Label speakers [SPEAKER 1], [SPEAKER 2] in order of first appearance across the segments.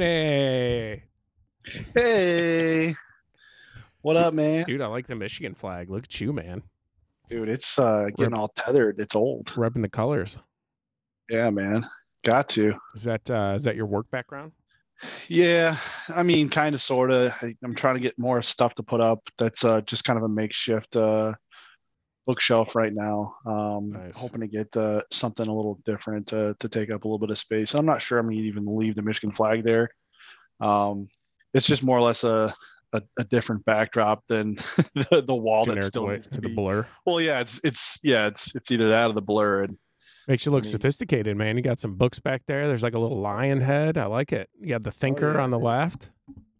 [SPEAKER 1] Danny,
[SPEAKER 2] Hey, what up, man?
[SPEAKER 1] dude, I like the Michigan flag. Look at you, man,
[SPEAKER 2] Dude, it's uh, getting all tethered. It's old.
[SPEAKER 1] repping the colors.
[SPEAKER 2] Yeah, man. Got to.
[SPEAKER 1] Is that uh, is that your work background?
[SPEAKER 2] Yeah, I mean, kind of, sort of. I'm trying to get more stuff to put up. That's uh, just kind of a makeshift uh, bookshelf right now. Um,
[SPEAKER 1] Nice.
[SPEAKER 2] Hoping to get uh, something a little different to, to take up a little bit of space. I'm not sure I'm going to even leave the Michigan flag there. Um, it's just more or less a, a, a different backdrop than the, the wall that
[SPEAKER 1] Generic
[SPEAKER 2] still
[SPEAKER 1] way-
[SPEAKER 2] needs to
[SPEAKER 1] the
[SPEAKER 2] be.
[SPEAKER 1] blur
[SPEAKER 2] Well, yeah, it's it's yeah, it's it's either that or the blur. And
[SPEAKER 1] makes you look
[SPEAKER 2] mean-
[SPEAKER 1] sophisticated, man. You got some books back there. There's like a little lion head. I like it. You got the thinker
[SPEAKER 2] Oh, yeah,
[SPEAKER 1] on the left.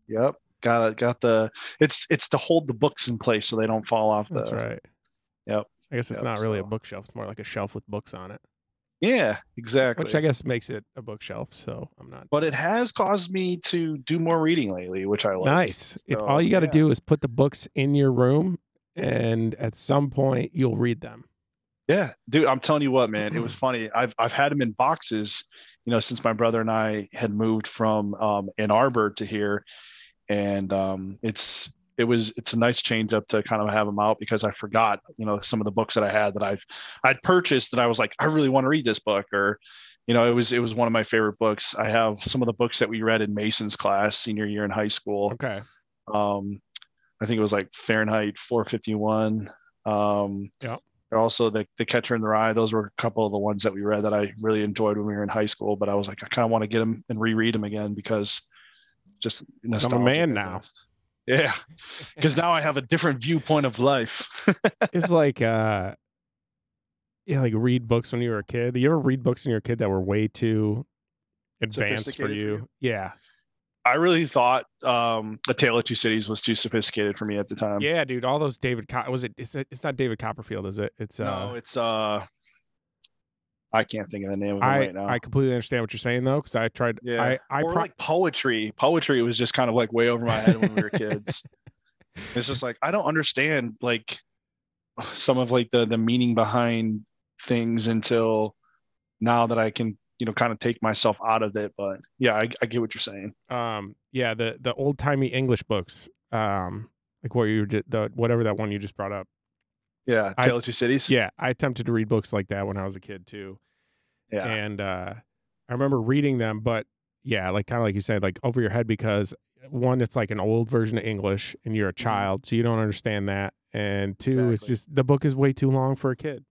[SPEAKER 2] Yep. Got it. Got the. It's it's to hold the books in place so they don't fall off. The,
[SPEAKER 1] That's right.
[SPEAKER 2] yep,
[SPEAKER 1] I guess it's
[SPEAKER 2] yep,
[SPEAKER 1] not really a
[SPEAKER 2] so-
[SPEAKER 1] bookshelf. It's more like a shelf with books on it,
[SPEAKER 2] Yeah, exactly.
[SPEAKER 1] which I guess makes it a bookshelf. So I'm not.
[SPEAKER 2] but it has caused me to do more reading lately, which I like.
[SPEAKER 1] nice. if
[SPEAKER 2] So,
[SPEAKER 1] all you got to
[SPEAKER 2] yeah.
[SPEAKER 1] do is put the books in your room, and at some point you'll read them.
[SPEAKER 2] Yeah, dude, I'm telling you what, man, it was funny. I've I've had them in boxes, you know, since my brother and I had moved from um, Ann Arbor to here, and um, it's it was it's a nice change up to kind of have them out because I forgot, you know, some of the books that I had that I've I'd purchased that I was like, I really want to read this book, or you know, it was it was one of my favorite books. I have some of the books that we read in Mason's class senior year in high school
[SPEAKER 1] Okay.
[SPEAKER 2] um i think it was like fahrenheit 451 um
[SPEAKER 1] Yeah.
[SPEAKER 2] and also the, the catcher in the rye those were a couple of the ones that we read that i really enjoyed when we were in high school but i was like i kind of want to get them and reread them again because just nostalgia
[SPEAKER 1] man
[SPEAKER 2] at
[SPEAKER 1] now.
[SPEAKER 2] best. yeah because now i have a different viewpoint of life
[SPEAKER 1] it's like uh yeah like read books when you were a kid you ever read books when you were a kid that were way too advanced for
[SPEAKER 2] Sophisticated for
[SPEAKER 1] you?
[SPEAKER 2] you?
[SPEAKER 1] yeah
[SPEAKER 2] i really thought um a tale of two cities was too sophisticated for me at the time
[SPEAKER 1] yeah dude all those david Co- was it it's, it's not david copperfield is it it's uh
[SPEAKER 2] no it's uh i can't think of the name of it
[SPEAKER 1] i
[SPEAKER 2] right now
[SPEAKER 1] i completely understand what you're saying though because i tried
[SPEAKER 2] Yeah.
[SPEAKER 1] i i
[SPEAKER 2] or
[SPEAKER 1] pro-
[SPEAKER 2] like poetry. Poetry was just kind of like way over my head when we were kids. It's just like I don't understand like some of like the the meaning behind things until now that I can you know kind of take myself out of it. But yeah, I, I get what you're saying.
[SPEAKER 1] um yeah the the old timey english books um like what you did the whatever that one you just brought up
[SPEAKER 2] Yeah,
[SPEAKER 1] I-
[SPEAKER 2] Tale of Two Cities.
[SPEAKER 1] yeah i attempted to read books like that when i was a kid too
[SPEAKER 2] yeah,
[SPEAKER 1] and uh, I remember reading them, but yeah, like kind of like you said, like over your head because one, it's like an old version of English, and you're a child, so you don't understand that, and two, it's
[SPEAKER 2] Mm-hmm. Exactly.
[SPEAKER 1] just the book is way too long for a kid.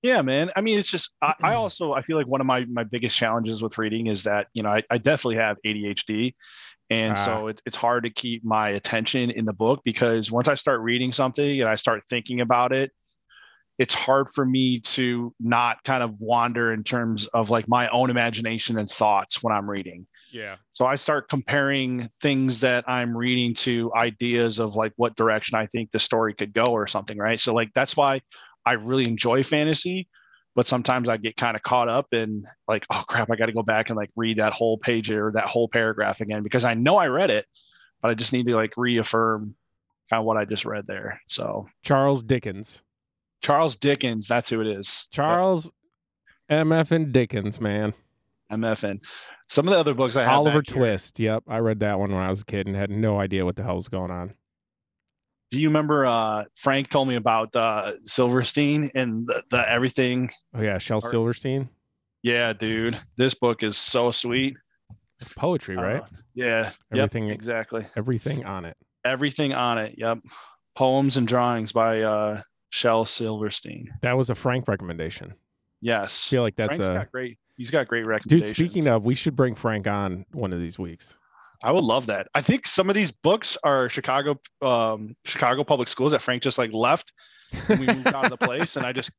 [SPEAKER 2] Yeah, man. I mean, it's just I, I also I feel like one of my my biggest challenges with reading is that you know I, I definitely have ADHD, and so it, it's hard to keep my attention in the book because once I start reading something and I start thinking about it, it's hard for me to not kind of wander in terms of like my own imagination and thoughts when I'm reading.
[SPEAKER 1] Yeah,
[SPEAKER 2] So I start comparing things that I'm reading to ideas of like what direction I think the story could go or something, right? So like that's why I really enjoy fantasy, but sometimes I get kind of caught up in like, oh crap, I got to go back and like read that whole page or that whole paragraph again because I know I read it, but I just need to like reaffirm kind of what I just read there. So
[SPEAKER 1] Charles Dickens,
[SPEAKER 2] Charles Dickens, that's who it is.
[SPEAKER 1] Charles M. F. and Dickens, man.
[SPEAKER 2] MFN. Some of the other books I have
[SPEAKER 1] Oliver
[SPEAKER 2] back here-
[SPEAKER 1] Twist. Yep, I read that one when I was a kid and had no idea what the hell was going on.
[SPEAKER 2] Do you remember uh, Frank told me about uh, Silverstein and the, the everything?
[SPEAKER 1] Oh yeah, Shel
[SPEAKER 2] Art-
[SPEAKER 1] Silverstein.
[SPEAKER 2] Yeah, dude, this book is so sweet.
[SPEAKER 1] It's poetry, right?
[SPEAKER 2] Uh, yeah,
[SPEAKER 1] Everything-
[SPEAKER 2] Yep, exactly.
[SPEAKER 1] Everything on it.
[SPEAKER 2] Everything on it. Yep. Poems and drawings by uh, Shel Silverstein.
[SPEAKER 1] That was a Frank recommendation. I
[SPEAKER 2] Yes.
[SPEAKER 1] feel like that's
[SPEAKER 2] Frank's
[SPEAKER 1] a
[SPEAKER 2] got great. He's got great
[SPEAKER 1] Dude,
[SPEAKER 2] recommendations.
[SPEAKER 1] speaking of, we should bring Frank on one of these weeks.
[SPEAKER 2] I would love that. I think some of these books are Chicago, um, Chicago public schools that Frank just like left. And we moved out of the place, and I just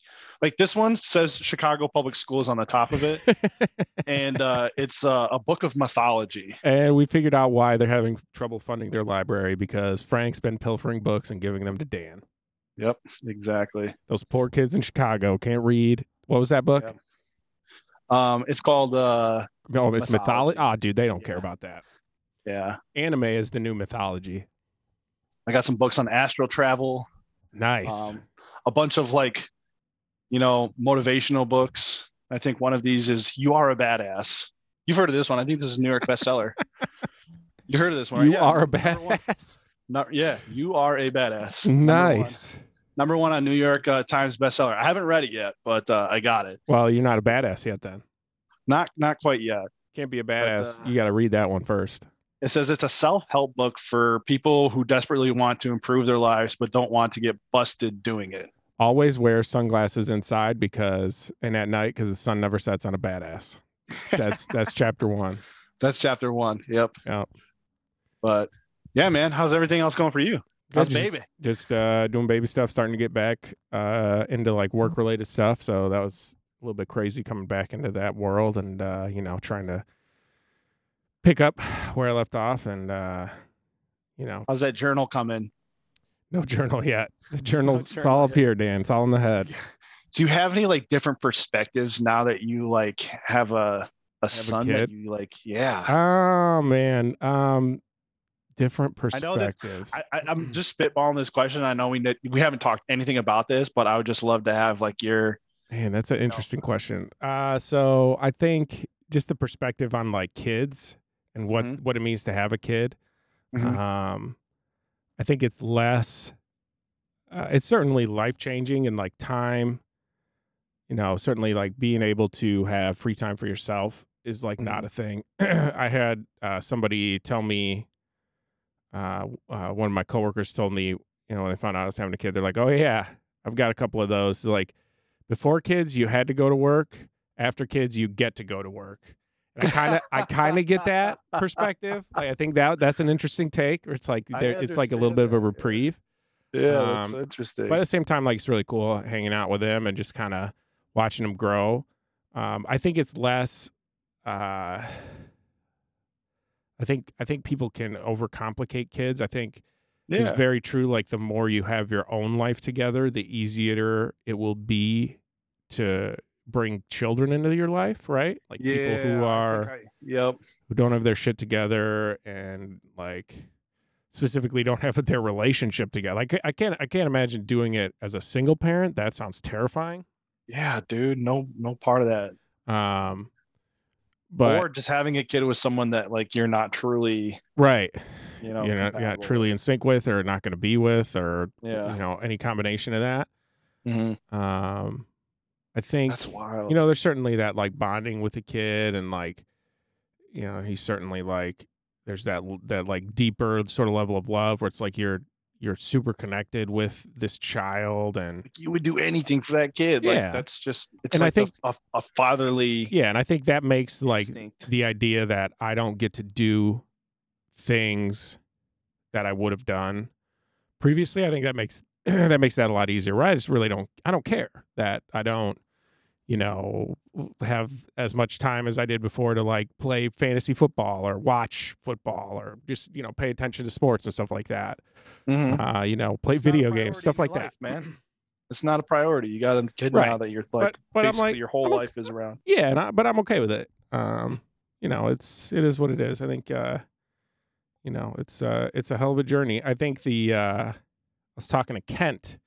[SPEAKER 2] like this one says Chicago public schools on the top of it. and uh, it's uh, a book of mythology.
[SPEAKER 1] and we figured out why they're having trouble funding their library because Frank's been pilfering books and giving them to Dan.
[SPEAKER 2] Yep, exactly.
[SPEAKER 1] Those poor kids in Chicago can't read. What was that book?
[SPEAKER 2] Yep. Um, it's called uh,
[SPEAKER 1] No, it's mythology.
[SPEAKER 2] Mythology.
[SPEAKER 1] Ah, dude, they don't care
[SPEAKER 2] Yeah.
[SPEAKER 1] about that.
[SPEAKER 2] yeah.
[SPEAKER 1] Anime is the new mythology.
[SPEAKER 2] I got some books on astral travel,
[SPEAKER 1] Nice.
[SPEAKER 2] um, a bunch of like, you know, motivational books. I think one of these is "You Are a Badass." You've heard of this one? I think this is a New York bestseller. You heard of this one? right?
[SPEAKER 1] You
[SPEAKER 2] Yeah,
[SPEAKER 1] are a
[SPEAKER 2] number one.
[SPEAKER 1] badass.
[SPEAKER 2] No- yeah, you are a badass. Number one.
[SPEAKER 1] Nice.
[SPEAKER 2] Number one, on New York uh, Times bestseller. I haven't read it yet, but uh, I got it.
[SPEAKER 1] Well, you're not a badass yet then.
[SPEAKER 2] Not not quite yet.
[SPEAKER 1] Can't be a badass.
[SPEAKER 2] uh,
[SPEAKER 1] you got to read that one first.
[SPEAKER 2] It says it's a self-help book for people who desperately want to improve their lives but don't want to get busted doing it.
[SPEAKER 1] Always wear sunglasses inside because and at night because the sun never sets on a badass. That's that's chapter one.
[SPEAKER 2] That's chapter one. Yep.
[SPEAKER 1] Yep.
[SPEAKER 2] But yeah, man, how's everything else going for you? How's
[SPEAKER 1] Just-
[SPEAKER 2] baby?
[SPEAKER 1] Just uh, doing baby stuff, starting to get back uh, into like
[SPEAKER 2] Mm-hmm.
[SPEAKER 1] work related stuff. So that was a little bit crazy coming back into that world and uh, you know trying to pick up where I left off and uh, you know
[SPEAKER 2] How's that journal coming?
[SPEAKER 1] no journal yet. The journals it's
[SPEAKER 2] journal
[SPEAKER 1] all up
[SPEAKER 2] yet.
[SPEAKER 1] here, Dan. It's all in the head.
[SPEAKER 2] Do you have any like different perspectives now that you like have a a son
[SPEAKER 1] kid?
[SPEAKER 2] that you like? Yeah.
[SPEAKER 1] Oh man, um, different
[SPEAKER 2] I know that-
[SPEAKER 1] perspectives.
[SPEAKER 2] I, I, I'm just spitballing this question. I know we ne- we haven't talked anything about this, but I would just love to have like your
[SPEAKER 1] Man, that's an interesting question. Uh, so I think just the perspective on like kids and what
[SPEAKER 2] Mhm.
[SPEAKER 1] what it means to have a kid.
[SPEAKER 2] Mhm.
[SPEAKER 1] Um, I think it's less. Uh, it's certainly life changing and like time. You know, certainly like being able to have free time for yourself is like not a thing. I had uh, somebody tell me. Uh, uh, one of my coworkers told me, you know, when they found out I was having a kid, they're like, "Oh yeah, I've got a couple of those." Like before kids, you had to go to work. After kids, you get to go to work. And I kind of, I kind of get that perspective. Like I think that that's an interesting take. where It's like
[SPEAKER 2] I
[SPEAKER 1] there, it's like a little
[SPEAKER 2] understand
[SPEAKER 1] bit of a
[SPEAKER 2] that, yeah.
[SPEAKER 1] reprieve,
[SPEAKER 2] Mm-hmm. yeah.
[SPEAKER 1] um,
[SPEAKER 2] that's interesting.
[SPEAKER 1] but at the same time, like it's really cool hanging out with them and just kind of watching them grow. Um, I think it's less. Uh, I think I think people can overcomplicate kids. I think
[SPEAKER 2] yeah.
[SPEAKER 1] it's very true. Like the more you have your own life together, the easier it will be to bring children into your life, right? Like people
[SPEAKER 2] Yeah, I
[SPEAKER 1] who
[SPEAKER 2] think
[SPEAKER 1] are
[SPEAKER 2] I- yep.
[SPEAKER 1] who don't have their shit together and like specifically don't have their relationship together. Like I can't I can't imagine doing it as a single parent. That sounds terrifying.
[SPEAKER 2] Yeah, dude. No, no part of that.
[SPEAKER 1] Um but
[SPEAKER 2] or just having a kid with someone that like you're not truly,
[SPEAKER 1] right,
[SPEAKER 2] you know,
[SPEAKER 1] you're not, you're not
[SPEAKER 2] compatible
[SPEAKER 1] truly in
[SPEAKER 2] with.
[SPEAKER 1] sync with or not going to be with or
[SPEAKER 2] Yeah.
[SPEAKER 1] you know any combination of that.
[SPEAKER 2] Mhm.
[SPEAKER 1] Um I think
[SPEAKER 2] That's wild.
[SPEAKER 1] you know there's certainly that like bonding with a kid and like you know he's certainly like there's that l- that like deeper sort of level of love where it's like you're you're super connected with this child and
[SPEAKER 2] Like, you would do anything for that kid.
[SPEAKER 1] Yeah.
[SPEAKER 2] Like that's just it's
[SPEAKER 1] And I
[SPEAKER 2] like the-
[SPEAKER 1] think-
[SPEAKER 2] a, a fatherly
[SPEAKER 1] yeah and i think that makes like
[SPEAKER 2] instinct.
[SPEAKER 1] the idea that i don't get to do things that i would have done previously i think that makes that makes that a lot easier right i just really don't i don't care that i don't you know have as much time as i did before to like play fantasy football or watch football or just you know pay attention to sports and stuff like that
[SPEAKER 2] Mhm.
[SPEAKER 1] uh you know play
[SPEAKER 2] It's not a
[SPEAKER 1] video
[SPEAKER 2] priority
[SPEAKER 1] games stuff
[SPEAKER 2] in
[SPEAKER 1] like
[SPEAKER 2] your
[SPEAKER 1] that
[SPEAKER 2] life, man. It's not a priority. You got a kid
[SPEAKER 1] Right.
[SPEAKER 2] now that you're
[SPEAKER 1] but
[SPEAKER 2] like
[SPEAKER 1] but i'm
[SPEAKER 2] basically
[SPEAKER 1] like
[SPEAKER 2] your whole
[SPEAKER 1] I'm okay-
[SPEAKER 2] life is around.
[SPEAKER 1] yeah and I, but i'm okay with it um you know it's it is what it is i think uh you know it's uh it's a hell of a journey i think the uh i was talking to kent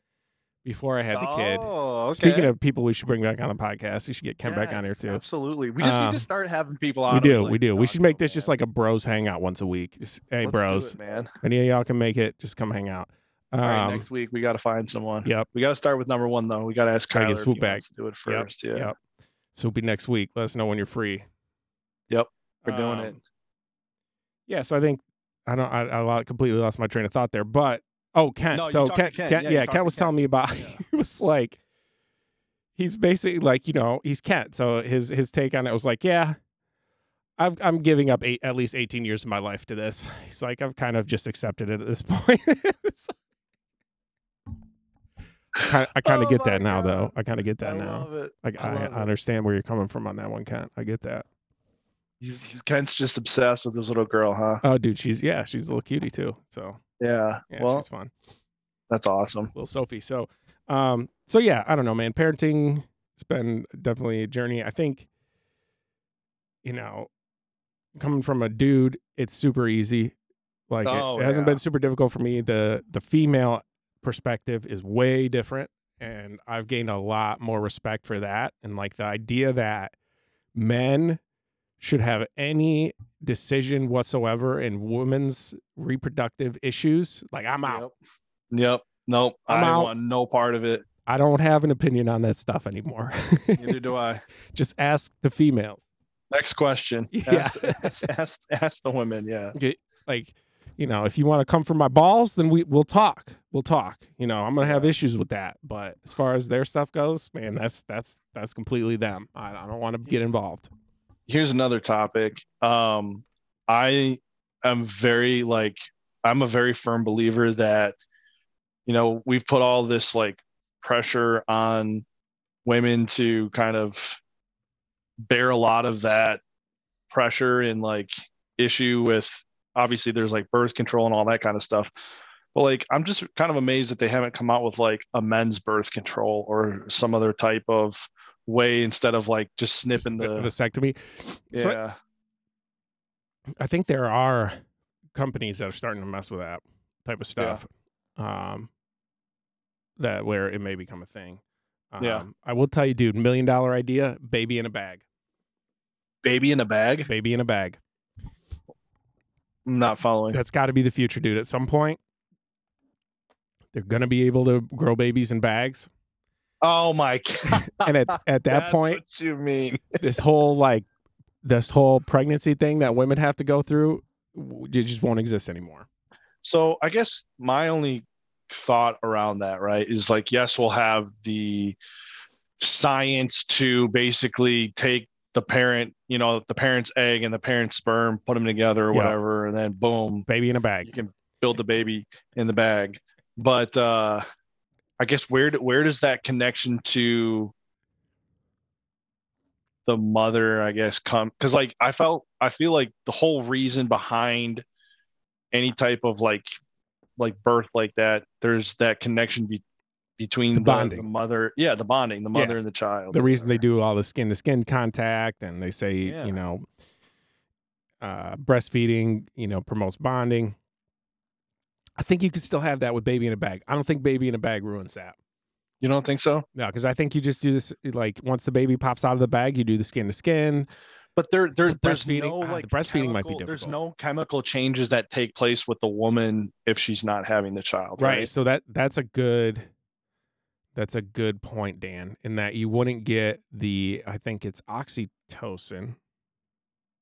[SPEAKER 1] before i had the kid
[SPEAKER 2] Oh, okay.
[SPEAKER 1] speaking of people we should bring back on the podcast we should get kent back on here
[SPEAKER 2] Yes,
[SPEAKER 1] too
[SPEAKER 2] Absolutely. We just need
[SPEAKER 1] Um,
[SPEAKER 2] to start having people on.
[SPEAKER 1] we
[SPEAKER 2] and be
[SPEAKER 1] do
[SPEAKER 2] like,
[SPEAKER 1] we do we
[SPEAKER 2] "Dog,
[SPEAKER 1] should make
[SPEAKER 2] bro,
[SPEAKER 1] this just
[SPEAKER 2] man.
[SPEAKER 1] like a bros hangout once a week just hey
[SPEAKER 2] Let's do
[SPEAKER 1] bros
[SPEAKER 2] it, man.
[SPEAKER 1] any of y'all can make it just come hang out um
[SPEAKER 2] All right, next week we got to find someone.
[SPEAKER 1] yep
[SPEAKER 2] We got to start with number one though. We got to ask
[SPEAKER 1] Gotta
[SPEAKER 2] Kyler
[SPEAKER 1] get
[SPEAKER 2] if
[SPEAKER 1] Swoop
[SPEAKER 2] he
[SPEAKER 1] back.
[SPEAKER 2] wants to do it first. Yeah,
[SPEAKER 1] yep so it'll be next week let us know when you're free
[SPEAKER 2] Yep, we're doing
[SPEAKER 1] Um,
[SPEAKER 2] it.
[SPEAKER 1] Yeah, so I think I don't I, I lo- completely lost my train of thought there, but oh Kent,
[SPEAKER 2] No, you
[SPEAKER 1] so
[SPEAKER 2] talked to
[SPEAKER 1] Kent,
[SPEAKER 2] Kent.
[SPEAKER 1] Kent,
[SPEAKER 2] Yeah,
[SPEAKER 1] yeah,
[SPEAKER 2] you talked
[SPEAKER 1] Kent
[SPEAKER 2] to
[SPEAKER 1] was telling
[SPEAKER 2] Kent.
[SPEAKER 1] me about
[SPEAKER 2] Yeah.
[SPEAKER 1] he was like he's basically like you know he's Kent, so his his take on it was like yeah. I've, I'm giving up eight, at least 18 years of my life to this. He's like, I've kind of just accepted it at this point. It's- I kind- I kind of
[SPEAKER 2] Oh
[SPEAKER 1] get that
[SPEAKER 2] my
[SPEAKER 1] now, though.
[SPEAKER 2] God.
[SPEAKER 1] I kind of get
[SPEAKER 2] I
[SPEAKER 1] that now.
[SPEAKER 2] love it.
[SPEAKER 1] Like,
[SPEAKER 2] I
[SPEAKER 1] I, I,
[SPEAKER 2] love it.
[SPEAKER 1] understand where you're coming from on that one, Kent. I get that.
[SPEAKER 2] He's, he's Kent's just obsessed with this little girl, huh?
[SPEAKER 1] Oh, dude, she's yeah, she's a little cutie too. So
[SPEAKER 2] Yeah.
[SPEAKER 1] yeah,
[SPEAKER 2] well,
[SPEAKER 1] she's fun.
[SPEAKER 2] that's awesome.
[SPEAKER 1] little Sophie. So, um, so yeah, I don't know, man. Parenting has been definitely a journey. I think, you know, coming from a dude, it's super easy. Like it-
[SPEAKER 2] Oh,
[SPEAKER 1] it, hasn't
[SPEAKER 2] yeah.
[SPEAKER 1] been super difficult for me. The the female perspective is way different, and I've gained a lot more respect for that. And like the idea that men should have any decision whatsoever in women's reproductive issues, like I'm out.
[SPEAKER 2] Yep. Yep. Nope.
[SPEAKER 1] I'm
[SPEAKER 2] I
[SPEAKER 1] out.
[SPEAKER 2] want no part of it.
[SPEAKER 1] I don't have an opinion on that stuff anymore.
[SPEAKER 2] Neither do I.
[SPEAKER 1] Just ask the females.
[SPEAKER 2] Next question.
[SPEAKER 1] Yeah.
[SPEAKER 2] Ask, ask, ask, ask the women. Yeah.
[SPEAKER 1] Get- like, you know, if you want to come for my balls, then we we'll talk. We'll talk. You know, I'm gonna have
[SPEAKER 2] Yeah.
[SPEAKER 1] issues with that. But as far as their stuff goes, man, that's that's that's completely them. I, I don't want to get involved.
[SPEAKER 2] Here's another topic. Um, I am very like I'm a very firm believer that you know we've put all this like pressure on women to kind of bear a lot of that pressure and like issue with obviously there's like birth control and all that kind of stuff but like i'm just kind of amazed that they haven't come out with like a men's birth control or some other type of way instead of like just
[SPEAKER 1] Just
[SPEAKER 2] snipping
[SPEAKER 1] the
[SPEAKER 2] the,
[SPEAKER 1] vasectomy.
[SPEAKER 2] yeah
[SPEAKER 1] So I think there are companies that are starting to mess with that type of
[SPEAKER 2] Yeah.
[SPEAKER 1] stuff. Um, that where it may become a thing. Um,
[SPEAKER 2] Yeah.
[SPEAKER 1] I will tell you, dude, million dollar idea, baby in a bag,
[SPEAKER 2] baby in a bag
[SPEAKER 1] baby in a bag.
[SPEAKER 2] i'm not following
[SPEAKER 1] That's got to be the future, dude. At some point, they're gonna be able to grow babies in bags,
[SPEAKER 2] oh my god
[SPEAKER 1] and at at that
[SPEAKER 2] That's
[SPEAKER 1] point,
[SPEAKER 2] what you mean
[SPEAKER 1] this whole like this whole pregnancy thing that women have to go through, w- it just won't exist anymore.
[SPEAKER 2] So I guess my only thought around that, right, is like, yes, we'll have the science to basically take the parent, you know, the parent's egg and the parent's sperm, put them together or
[SPEAKER 1] Yeah.
[SPEAKER 2] whatever, and then boom,
[SPEAKER 1] Baby in a
[SPEAKER 2] you
[SPEAKER 1] bag.
[SPEAKER 2] can build the baby in the bag. But uh I guess where do- where does that connection to the mother, I guess, come because like I felt I feel like the whole reason behind any type of like like birth like that, there's that connection be, between
[SPEAKER 1] The
[SPEAKER 2] the,
[SPEAKER 1] bonding.
[SPEAKER 2] the mother, yeah, the bonding, the
[SPEAKER 1] Yeah.
[SPEAKER 2] mother and the child.
[SPEAKER 1] the reason they do all the skin to skin contact and they say
[SPEAKER 2] Yeah.
[SPEAKER 1] you know uh, breastfeeding you know promotes bonding i think you could still have that with baby in a bag i don't think baby in a bag ruins that
[SPEAKER 2] you don't think so?
[SPEAKER 1] no because i think you just do this eh, like once the baby pops out of the bag you do the skin to skin
[SPEAKER 2] But there, there
[SPEAKER 1] The
[SPEAKER 2] there's
[SPEAKER 1] breastfeeding-
[SPEAKER 2] no
[SPEAKER 1] ah, the
[SPEAKER 2] like
[SPEAKER 1] breastfeeding might be
[SPEAKER 2] chemical- There's
[SPEAKER 1] difficult.
[SPEAKER 2] no chemical changes that take place with the woman if she's not having the child,
[SPEAKER 1] right
[SPEAKER 2] right?
[SPEAKER 1] so that that's a good that's a good point dan in that you wouldn't get the i think it's oxytocin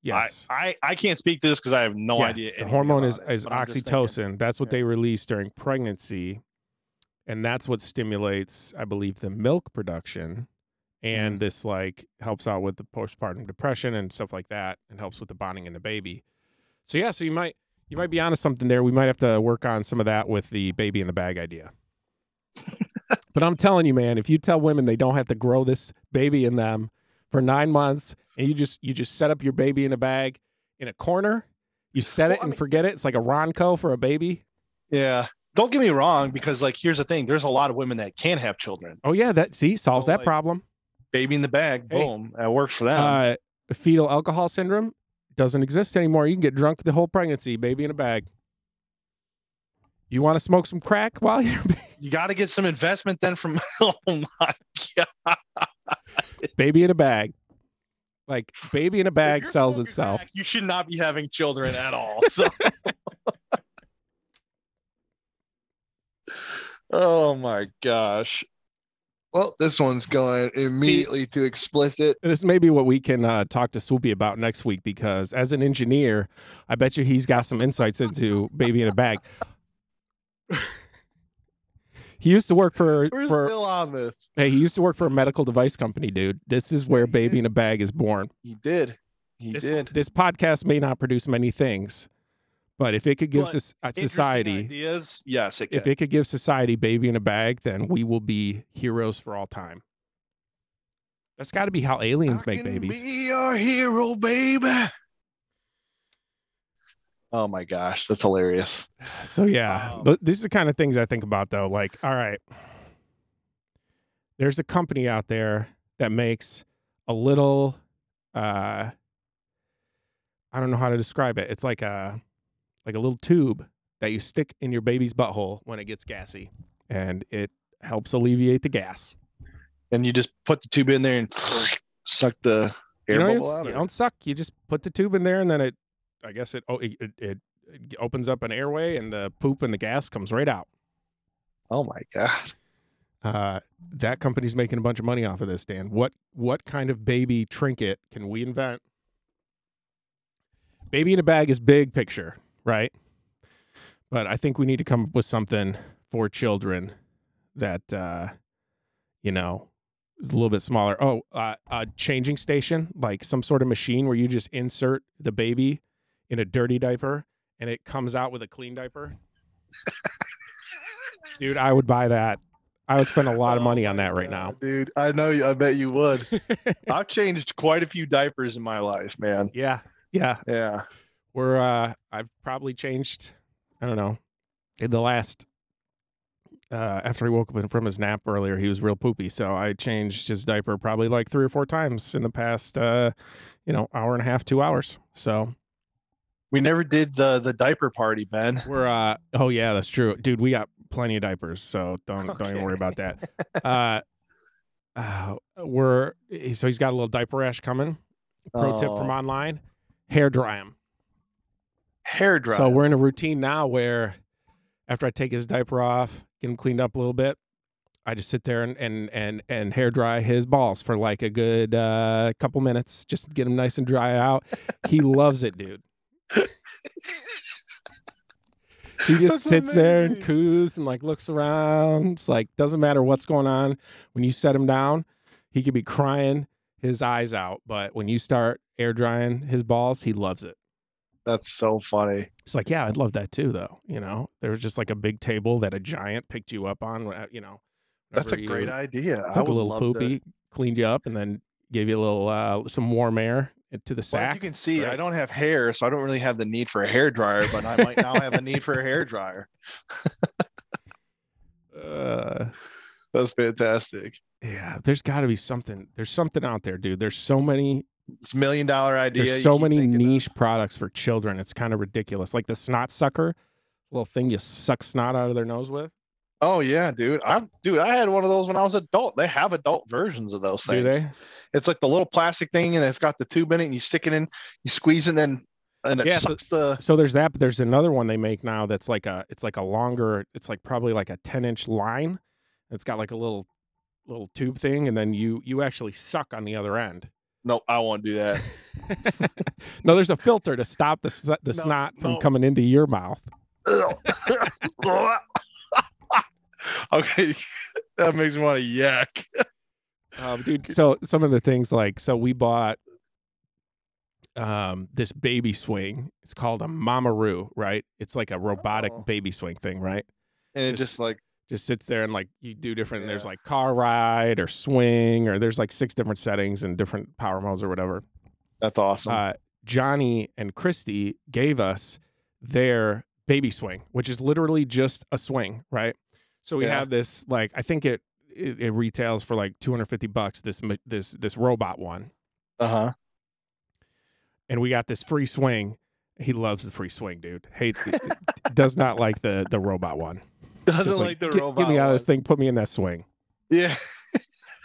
[SPEAKER 1] yes
[SPEAKER 2] I, I, I can't speak to this because I have no
[SPEAKER 1] yes,
[SPEAKER 2] idea.
[SPEAKER 1] The
[SPEAKER 2] anything
[SPEAKER 1] hormone
[SPEAKER 2] about
[SPEAKER 1] is,
[SPEAKER 2] it,
[SPEAKER 1] is
[SPEAKER 2] but I'm just thinking-
[SPEAKER 1] oxytocin. That's what
[SPEAKER 2] Yeah.
[SPEAKER 1] they release during pregnancy. And that's what stimulates, I believe, the milk production. And
[SPEAKER 2] Mhm.
[SPEAKER 1] this like helps out with the postpartum depression and stuff like that and helps with the bonding in the baby. So yeah, so you might you might be onto something there. We might have to work on some of that with the baby in the bag idea. but I'm telling you, man, if you tell women they don't have to grow this baby in them for nine months and you just you just set up your baby in a bag in a corner, you set
[SPEAKER 2] Well,
[SPEAKER 1] it
[SPEAKER 2] I
[SPEAKER 1] and
[SPEAKER 2] mean-
[SPEAKER 1] forget it. It's like a Ronco for a baby.
[SPEAKER 2] Yeah. Don't get me wrong, because like here's the thing: there's a lot of women that can have children.
[SPEAKER 1] Oh yeah, that see solves
[SPEAKER 2] So,
[SPEAKER 1] that
[SPEAKER 2] like,
[SPEAKER 1] problem.
[SPEAKER 2] Baby in the bag,
[SPEAKER 1] Hey.
[SPEAKER 2] boom, it works for them.
[SPEAKER 1] Uh, fetal alcohol syndrome doesn't exist anymore. You can get drunk the whole pregnancy, baby in a bag. You want to smoke some crack while you're
[SPEAKER 2] you got to get some investment then from. oh my god!
[SPEAKER 1] baby in a bag. Like baby in a bag
[SPEAKER 2] If you're
[SPEAKER 1] sells
[SPEAKER 2] smoking
[SPEAKER 1] itself.
[SPEAKER 2] crack, you should not be having children at all. So. oh my gosh. Well, this one's going immediately to explicit.
[SPEAKER 1] This may be what we can uh, talk to Swoopy about next week because as an engineer, I bet you he's got some insights into baby in a bag. he used to work for
[SPEAKER 2] We're
[SPEAKER 1] for
[SPEAKER 2] still on this.
[SPEAKER 1] hey, he used to work for a medical device company, dude. This is where baby in a bag is born.
[SPEAKER 2] He did. He
[SPEAKER 1] This,
[SPEAKER 2] did.
[SPEAKER 1] this podcast may not produce many things, but if it could give
[SPEAKER 2] But
[SPEAKER 1] sus- uh,
[SPEAKER 2] Interesting
[SPEAKER 1] society
[SPEAKER 2] ideas. Yes, it
[SPEAKER 1] if
[SPEAKER 2] can.
[SPEAKER 1] it could give society baby in a bag, then we will be heroes for all time. That's got to be how aliens
[SPEAKER 2] I
[SPEAKER 1] make
[SPEAKER 2] can
[SPEAKER 1] babies.
[SPEAKER 2] Be your hero, baby. Oh my gosh, that's hilarious.
[SPEAKER 1] So yeah,
[SPEAKER 2] Um,
[SPEAKER 1] th- these are the kind of things I think about though. Like, all right, there's a company out there that makes a little, uh, I don't know how to describe it. It's like a, like a little tube that you stick in your baby's butthole when it gets gassy, and it helps alleviate the gas.
[SPEAKER 2] And you just put the tube in there and suck the
[SPEAKER 1] you
[SPEAKER 2] air
[SPEAKER 1] don't,
[SPEAKER 2] bubble
[SPEAKER 1] even-
[SPEAKER 2] out.
[SPEAKER 1] you
[SPEAKER 2] or-
[SPEAKER 1] don't suck. You just put the tube in there, and then it, I guess it, oh, it, it, it it opens up an airway, and the poop and the gas comes right out.
[SPEAKER 2] Oh my god!
[SPEAKER 1] Uh, that company's making a bunch of money off of this, Dan. What what kind of baby trinket can we invent? Baby in a bag is big picture, right? But I think we need to come up with something for children that uh, you know is a little bit smaller. Oh, uh, a changing station, like some sort of machine where you just insert the baby in a dirty diaper and it comes out with a clean diaper. Dude, I would buy that. I would spend a lot of
[SPEAKER 2] Oh
[SPEAKER 1] money on that right
[SPEAKER 2] Yeah,
[SPEAKER 1] now.
[SPEAKER 2] dude. I know you. I bet you would. I've changed quite a few diapers in my life, man.
[SPEAKER 1] Yeah. Yeah.
[SPEAKER 2] Yeah.
[SPEAKER 1] We're uh I've probably changed I don't know. In the last uh after he woke up from his nap earlier, he was real poopy. So I changed his diaper probably like three or four times in the past uh you know, hour and a half, two hours. So
[SPEAKER 2] We never did the the diaper party, Ben.
[SPEAKER 1] we're uh oh yeah, that's true. Dude, we got plenty of diapers, so don't don't even worry about that. Uh uh, we're eh, so he's got a little diaper rash coming. Pro tip from
[SPEAKER 2] Oh.
[SPEAKER 1] online: hair dry him.
[SPEAKER 2] Hair dryer.
[SPEAKER 1] So we're in a routine now where after I take his diaper off, get him cleaned up a little bit, I just sit there and and and, and hair dry his balls for like a good uh, couple minutes, just get him nice and dry out. He loves it, dude. He just
[SPEAKER 2] That's
[SPEAKER 1] sits there and
[SPEAKER 2] amazing.
[SPEAKER 1] coos and like looks around. It's like doesn't matter what's going on. When you set him down, he could be crying his eyes out, but when you start air drying his balls, he loves it.
[SPEAKER 2] That's so funny.
[SPEAKER 1] It's like, yeah, I'd love that too, though. You know, there was just like a big table that a giant picked you up on. uh, You know,
[SPEAKER 2] That's a
[SPEAKER 1] whenever
[SPEAKER 2] great
[SPEAKER 1] you
[SPEAKER 2] idea. I
[SPEAKER 1] Took
[SPEAKER 2] would
[SPEAKER 1] a little
[SPEAKER 2] love
[SPEAKER 1] poopy,
[SPEAKER 2] To.
[SPEAKER 1] cleaned you up, and then gave you a little uh, some warm air to the
[SPEAKER 2] Well, as
[SPEAKER 1] sack.
[SPEAKER 2] you can see,
[SPEAKER 1] Great.
[SPEAKER 2] I don't have hair, so I don't really have the need for a hair dryer, but I might now have a need for a hair dryer.
[SPEAKER 1] uh,
[SPEAKER 2] That's fantastic.
[SPEAKER 1] yeah, there's got to be something. There's something out there, dude. The's so many.
[SPEAKER 2] It's a million dollar idea.
[SPEAKER 1] There's
[SPEAKER 2] you
[SPEAKER 1] so
[SPEAKER 2] keep
[SPEAKER 1] many
[SPEAKER 2] thinking of.
[SPEAKER 1] niche products for children. It's kind of ridiculous. Like the snot sucker, little thing you suck snot out of their nose with.
[SPEAKER 2] Oh yeah, dude. I dude, I had one of those when I was adult. They have adult versions of those things.
[SPEAKER 1] Do they?
[SPEAKER 2] It's like the little plastic thing, and it's got the tube in it, and you stick it in, you squeeze it, and then and it
[SPEAKER 1] Yeah, so-
[SPEAKER 2] sucks the.
[SPEAKER 1] So there's that, but there's another one they make now that's like a it's like a longer, it's like probably like a 10 inch line. It's got like a little little tube thing, and then you you actually suck on the other end.
[SPEAKER 2] No, I won't do that.
[SPEAKER 1] no, there's a filter to stop the sn- the
[SPEAKER 2] No,
[SPEAKER 1] snot from
[SPEAKER 2] no.
[SPEAKER 1] coming into your mouth.
[SPEAKER 2] Ugh. okay, that makes me want to yak.
[SPEAKER 1] Um, dude, so some of the things like so we bought um this baby swing. It's called a Mamaroo, right? It's like a robotic
[SPEAKER 2] Oh.
[SPEAKER 1] baby swing thing, right?
[SPEAKER 2] And it
[SPEAKER 1] Just-
[SPEAKER 2] just like
[SPEAKER 1] just sits there and like you do different there's
[SPEAKER 2] Yeah.
[SPEAKER 1] like car ride or swing or there's like six different settings and different power modes or whatever
[SPEAKER 2] that's awesome.
[SPEAKER 1] uh, johnny and christy gave us their baby swing which is literally just a swing right so we
[SPEAKER 2] Yeah.
[SPEAKER 1] have this like i think it, it it retails for like 250 bucks this ma- this this robot one
[SPEAKER 2] Uh huh.
[SPEAKER 1] and we got this free swing he loves the free swing dude hate does not like the the robot one
[SPEAKER 2] Doesn't
[SPEAKER 1] Just
[SPEAKER 2] like, the
[SPEAKER 1] "Get-
[SPEAKER 2] robot.
[SPEAKER 1] get me out of
[SPEAKER 2] one.
[SPEAKER 1] this thing put me in that swing
[SPEAKER 2] Yeah.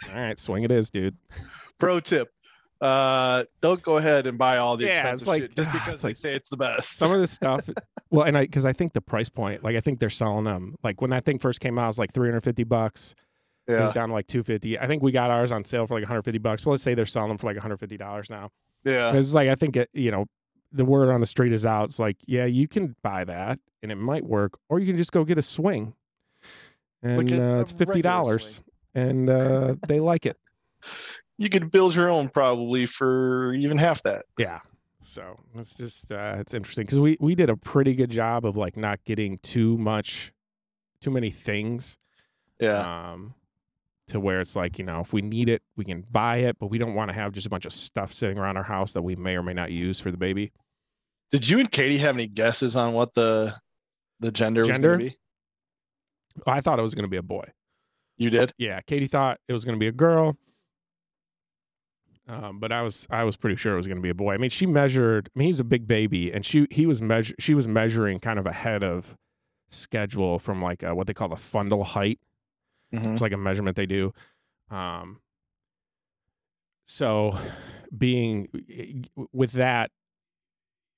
[SPEAKER 1] all right swing it is dude
[SPEAKER 2] Pro tip: uh, Don't go ahead and buy all the
[SPEAKER 1] Yeah,
[SPEAKER 2] expensive
[SPEAKER 1] it's like-
[SPEAKER 2] shit just
[SPEAKER 1] ah,
[SPEAKER 2] because
[SPEAKER 1] it's
[SPEAKER 2] they
[SPEAKER 1] like-
[SPEAKER 2] say it's the best.
[SPEAKER 1] some of this stuff well and i because i think the price point like i think they're selling them like when that thing first came out it was like 350 bucks It
[SPEAKER 2] yeah,
[SPEAKER 1] it's down to like 250 i think we got ours on sale for like 150 bucks well let's say they're selling them for like 150 dollars now
[SPEAKER 2] yeah,
[SPEAKER 1] it's like i think it, you know the word on the street is out it's like yeah you can buy that and it might work or you can just go get a swing and
[SPEAKER 2] at
[SPEAKER 1] uh,
[SPEAKER 2] a
[SPEAKER 1] it's 50
[SPEAKER 2] regular
[SPEAKER 1] dollars
[SPEAKER 2] swing.
[SPEAKER 1] and uh, they like it
[SPEAKER 2] you could build your own probably for even half that.
[SPEAKER 1] yeah so it's just uh it's interesting because we we did a pretty good job of like not getting too much too many things
[SPEAKER 2] Yeah,
[SPEAKER 1] um to where it's like you know if we need it we can buy it but we don't want to have just a bunch of stuff sitting around our house that we may or may not use for the baby
[SPEAKER 2] did you and Katie have any guesses on what the the gender,
[SPEAKER 1] Gender?
[SPEAKER 2] was going to be?
[SPEAKER 1] i thought it was going to be a boy
[SPEAKER 2] You did.
[SPEAKER 1] yeah katie thought it was going to be a girl um, but I was I was pretty sure it was going to be a boy. I mean, she measured. I mean, he was a big baby, and she he was measure she was measuring kind of ahead of schedule from like uh what they call the fundal height.
[SPEAKER 2] Mhm.
[SPEAKER 1] It's like a measurement they do. Um, so, being with that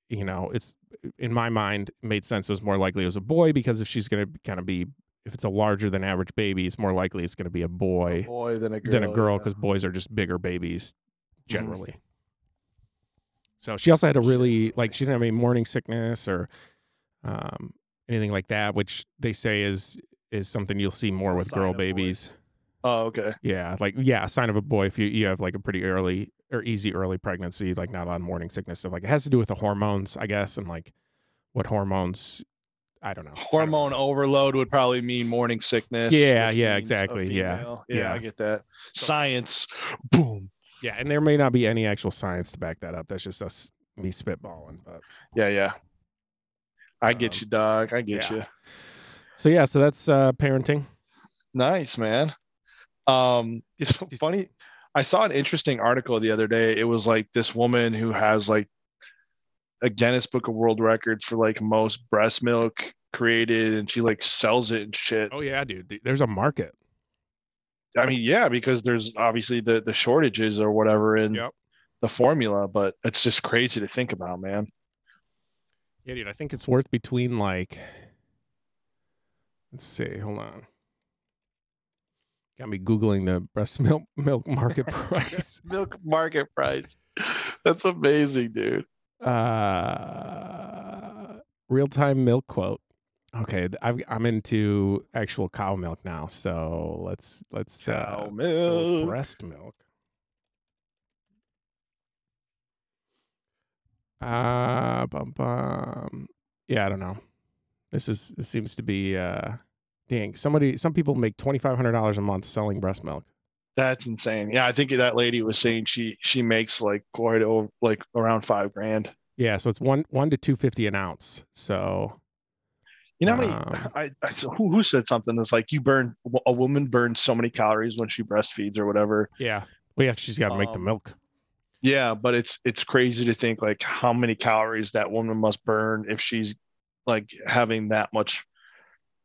[SPEAKER 1] you know it's in my mind made sense it was more likely it was a boy because if she's going to kind of be if it's a larger than average baby it's more likely it's going to be a boy,
[SPEAKER 2] boy than a girl.
[SPEAKER 1] than a girl
[SPEAKER 2] yeah. Mm-hmm.
[SPEAKER 1] because boys are just bigger babies generally so she also had a really like she didn't have any morning sickness or um, anything like that which they say is is something you'll see more with
[SPEAKER 2] Sign
[SPEAKER 1] girl
[SPEAKER 2] of boys.
[SPEAKER 1] babies
[SPEAKER 2] Oh, okay.
[SPEAKER 1] yeah, like yeah, a sign of a boy if you you have like a pretty early or easy early pregnancy, like not on morning sickness stuff. Like it has to do with the hormones, I guess, and like what hormones. I don't know. I don't know.
[SPEAKER 2] Hormone overload would probably mean morning sickness.
[SPEAKER 1] Yeah,
[SPEAKER 2] which
[SPEAKER 1] yeah,
[SPEAKER 2] means a
[SPEAKER 1] exactly, yeah,
[SPEAKER 2] female. yeah.
[SPEAKER 1] yeah.
[SPEAKER 2] I get that. Science. Boom.
[SPEAKER 1] Yeah, and there may not be any actual science to back that up. That's just us me spitballing. But
[SPEAKER 2] Yeah, yeah. I get
[SPEAKER 1] Um,
[SPEAKER 2] you, dog. I get
[SPEAKER 1] yeah.
[SPEAKER 2] you.
[SPEAKER 1] so yeah, so that's uh parenting.
[SPEAKER 2] Nice, man. Um,
[SPEAKER 1] Just-
[SPEAKER 2] it's
[SPEAKER 1] just-
[SPEAKER 2] funny. I saw an interesting article the other day. It was like this woman who has like a Guinness Book of World Records for like most breast milk created, and she like sells it and shit.
[SPEAKER 1] Oh yeah, dude. th- There's a market. Oh.
[SPEAKER 2] I mean, yeah, because there's obviously the the shortages or whatever in
[SPEAKER 1] Yep.
[SPEAKER 2] the formula, but it's just crazy to think about, man.
[SPEAKER 1] Yeah, dude. I think it's worth between like. Let's see. Hold on. Got me googling the breast milk milk market price.
[SPEAKER 2] Milk market price. That's amazing, dude.
[SPEAKER 1] Uh, real time milk quote. Okay, th- I've, I'm into actual cow milk now, so let's let's
[SPEAKER 2] Cow
[SPEAKER 1] uh, go
[SPEAKER 2] Oh, milk.
[SPEAKER 1] breast milk. Uh, bum, bum. Yeah, I don't know. This is this seems to be uh, dang. Somebody, some people make twenty five hundred dollars a month selling breast milk.
[SPEAKER 2] That's insane. Yeah, I think that lady was saying she she makes like quite over like around five grand.
[SPEAKER 1] Yeah, so it's one one to two fifty an ounce. So
[SPEAKER 2] You know how many?
[SPEAKER 1] Um,
[SPEAKER 2] I, I who, who said something that's like you burn a woman burns so many calories when she breastfeeds or whatever.
[SPEAKER 1] yeah, we actually got to make the
[SPEAKER 2] Um,
[SPEAKER 1] milk.
[SPEAKER 2] Yeah, but it's it's crazy to think like how many calories that woman must burn if she's like having that much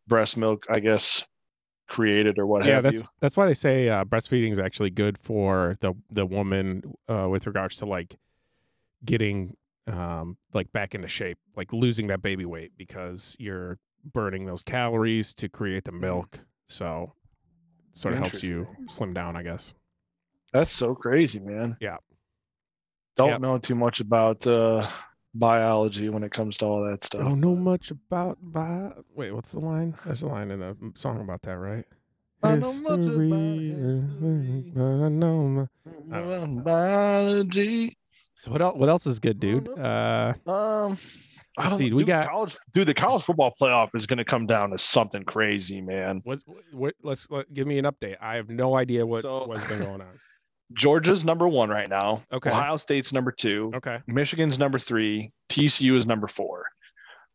[SPEAKER 2] breast milk, I guess, created or what
[SPEAKER 1] yeah,
[SPEAKER 2] have
[SPEAKER 1] that's
[SPEAKER 2] you.
[SPEAKER 1] that's why they say uh, breastfeeding is actually good for the the woman uh, with regards to like getting um, like back into shape, like losing that baby weight because you're burning those calories to create
[SPEAKER 2] Mm-hmm.
[SPEAKER 1] the milk. So sort of helps you slim down, I guess.
[SPEAKER 2] That's so crazy, man.
[SPEAKER 1] Yeah.
[SPEAKER 2] Don't
[SPEAKER 1] Yep.
[SPEAKER 2] know too much about uh, biology when it comes to all that stuff.
[SPEAKER 1] Don't know much about bi- wait, what's the line? There's a line in a mm, song about that, right?
[SPEAKER 2] I know much about
[SPEAKER 1] uh,
[SPEAKER 2] history.
[SPEAKER 1] but I know my- I don't know.
[SPEAKER 2] Mm, biology.
[SPEAKER 1] So what else? What else is good, dude?
[SPEAKER 2] Don't
[SPEAKER 1] Uh,
[SPEAKER 2] Um, I
[SPEAKER 1] Let's
[SPEAKER 2] don't
[SPEAKER 1] see,
[SPEAKER 2] know,
[SPEAKER 1] we
[SPEAKER 2] dude,
[SPEAKER 1] got-
[SPEAKER 2] college, dude. The college football playoff is going to come down to something crazy, man.
[SPEAKER 1] What's what? Let's let, give me an update. I have no idea what
[SPEAKER 2] So-
[SPEAKER 1] what's been going on.
[SPEAKER 2] Georgia's number one right now.
[SPEAKER 1] Okay.
[SPEAKER 2] Ohio State's number two.
[SPEAKER 1] Okay.
[SPEAKER 2] Michigan's number three. TCU is number four.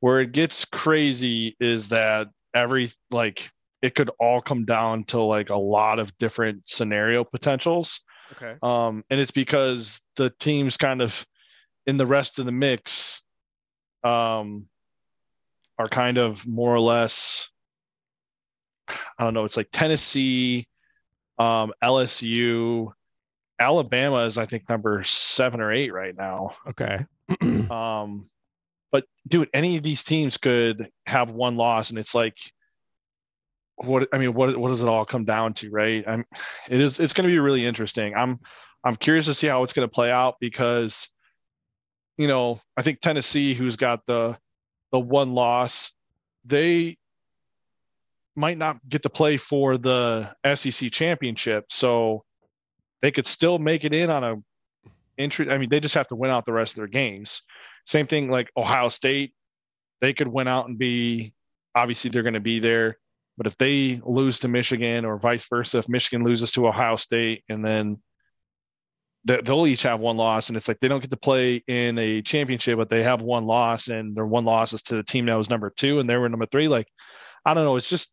[SPEAKER 2] Where it gets crazy is that every like it could all come down to like a lot of different scenario potentials.
[SPEAKER 1] Okay.
[SPEAKER 2] Um, and it's because the teams kind of in the rest of the mix um, are kind of more or less, I don't know, it's like Tennessee, um, LSU, Alabama is, I think, number seven or eight right now.
[SPEAKER 1] Okay.
[SPEAKER 2] Um, but dude, any of these teams could have one loss, and it's like, what? I mean, what what does it all come down to, right? I'm, it is. It's going to be really interesting. I'm, I'm curious to see how it's going to play out because, you know, I think Tennessee, who's got the, the one loss, they might not get to play for the SEC championship, so they could still make it in on a entry. I mean, they just have to win out the rest of their games. Same thing like Ohio State, they could win out and be obviously they're going to be there. But if they lose to Michigan or vice versa, if Michigan loses to Ohio State and then they- they'll each have one loss, and it's like they don't get to play in a championship, but they have one loss, and their one loss is to the team that was number two, and they were number three. Like, I don't know. It's just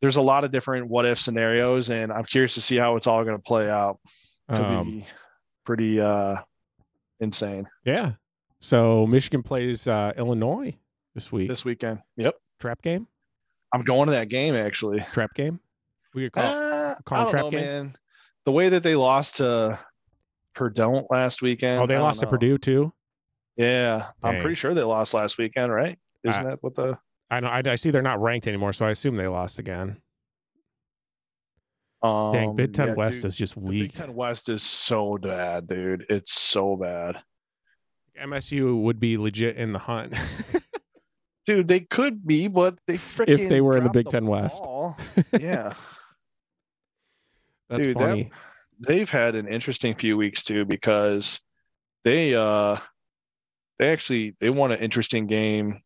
[SPEAKER 2] there's a lot of different what if scenarios, and I'm curious to see how it's all going to play out. Could
[SPEAKER 1] Um,
[SPEAKER 2] be pretty uh, insane
[SPEAKER 1] yeah. So Michigan plays uh, Illinois this week.
[SPEAKER 2] this weekend. Yep.
[SPEAKER 1] trap game.
[SPEAKER 2] I'm going to that game actually.
[SPEAKER 1] Trap game. We could call. it-
[SPEAKER 2] Uh,
[SPEAKER 1] call
[SPEAKER 2] I
[SPEAKER 1] it
[SPEAKER 2] don't
[SPEAKER 1] trap
[SPEAKER 2] know,
[SPEAKER 1] game?
[SPEAKER 2] man. The way that they lost to Purdue last weekend.
[SPEAKER 1] Oh, they
[SPEAKER 2] I don't
[SPEAKER 1] lost to
[SPEAKER 2] know.
[SPEAKER 1] Purdue too.
[SPEAKER 2] Yeah, I'm
[SPEAKER 1] Dang.
[SPEAKER 2] pretty sure they lost last weekend, right? Isn't that what the?
[SPEAKER 1] I know. I, I see they're not ranked anymore, so I assume they lost again.
[SPEAKER 2] Um,
[SPEAKER 1] Dang, Big Ten
[SPEAKER 2] yeah,
[SPEAKER 1] West
[SPEAKER 2] dude,
[SPEAKER 1] is just
[SPEAKER 2] the
[SPEAKER 1] weak.
[SPEAKER 2] Big Ten West is so bad, dude. It's so bad.
[SPEAKER 1] MSU would be legit in the hunt.
[SPEAKER 2] Dude, they could be, but they freaking
[SPEAKER 1] they were in the
[SPEAKER 2] dropped
[SPEAKER 1] Big Ten West.
[SPEAKER 2] ball. yeah.
[SPEAKER 1] That's
[SPEAKER 2] Dude, that-
[SPEAKER 1] funny.
[SPEAKER 2] They've had an interesting few weeks too because they uh they actually they won an interesting game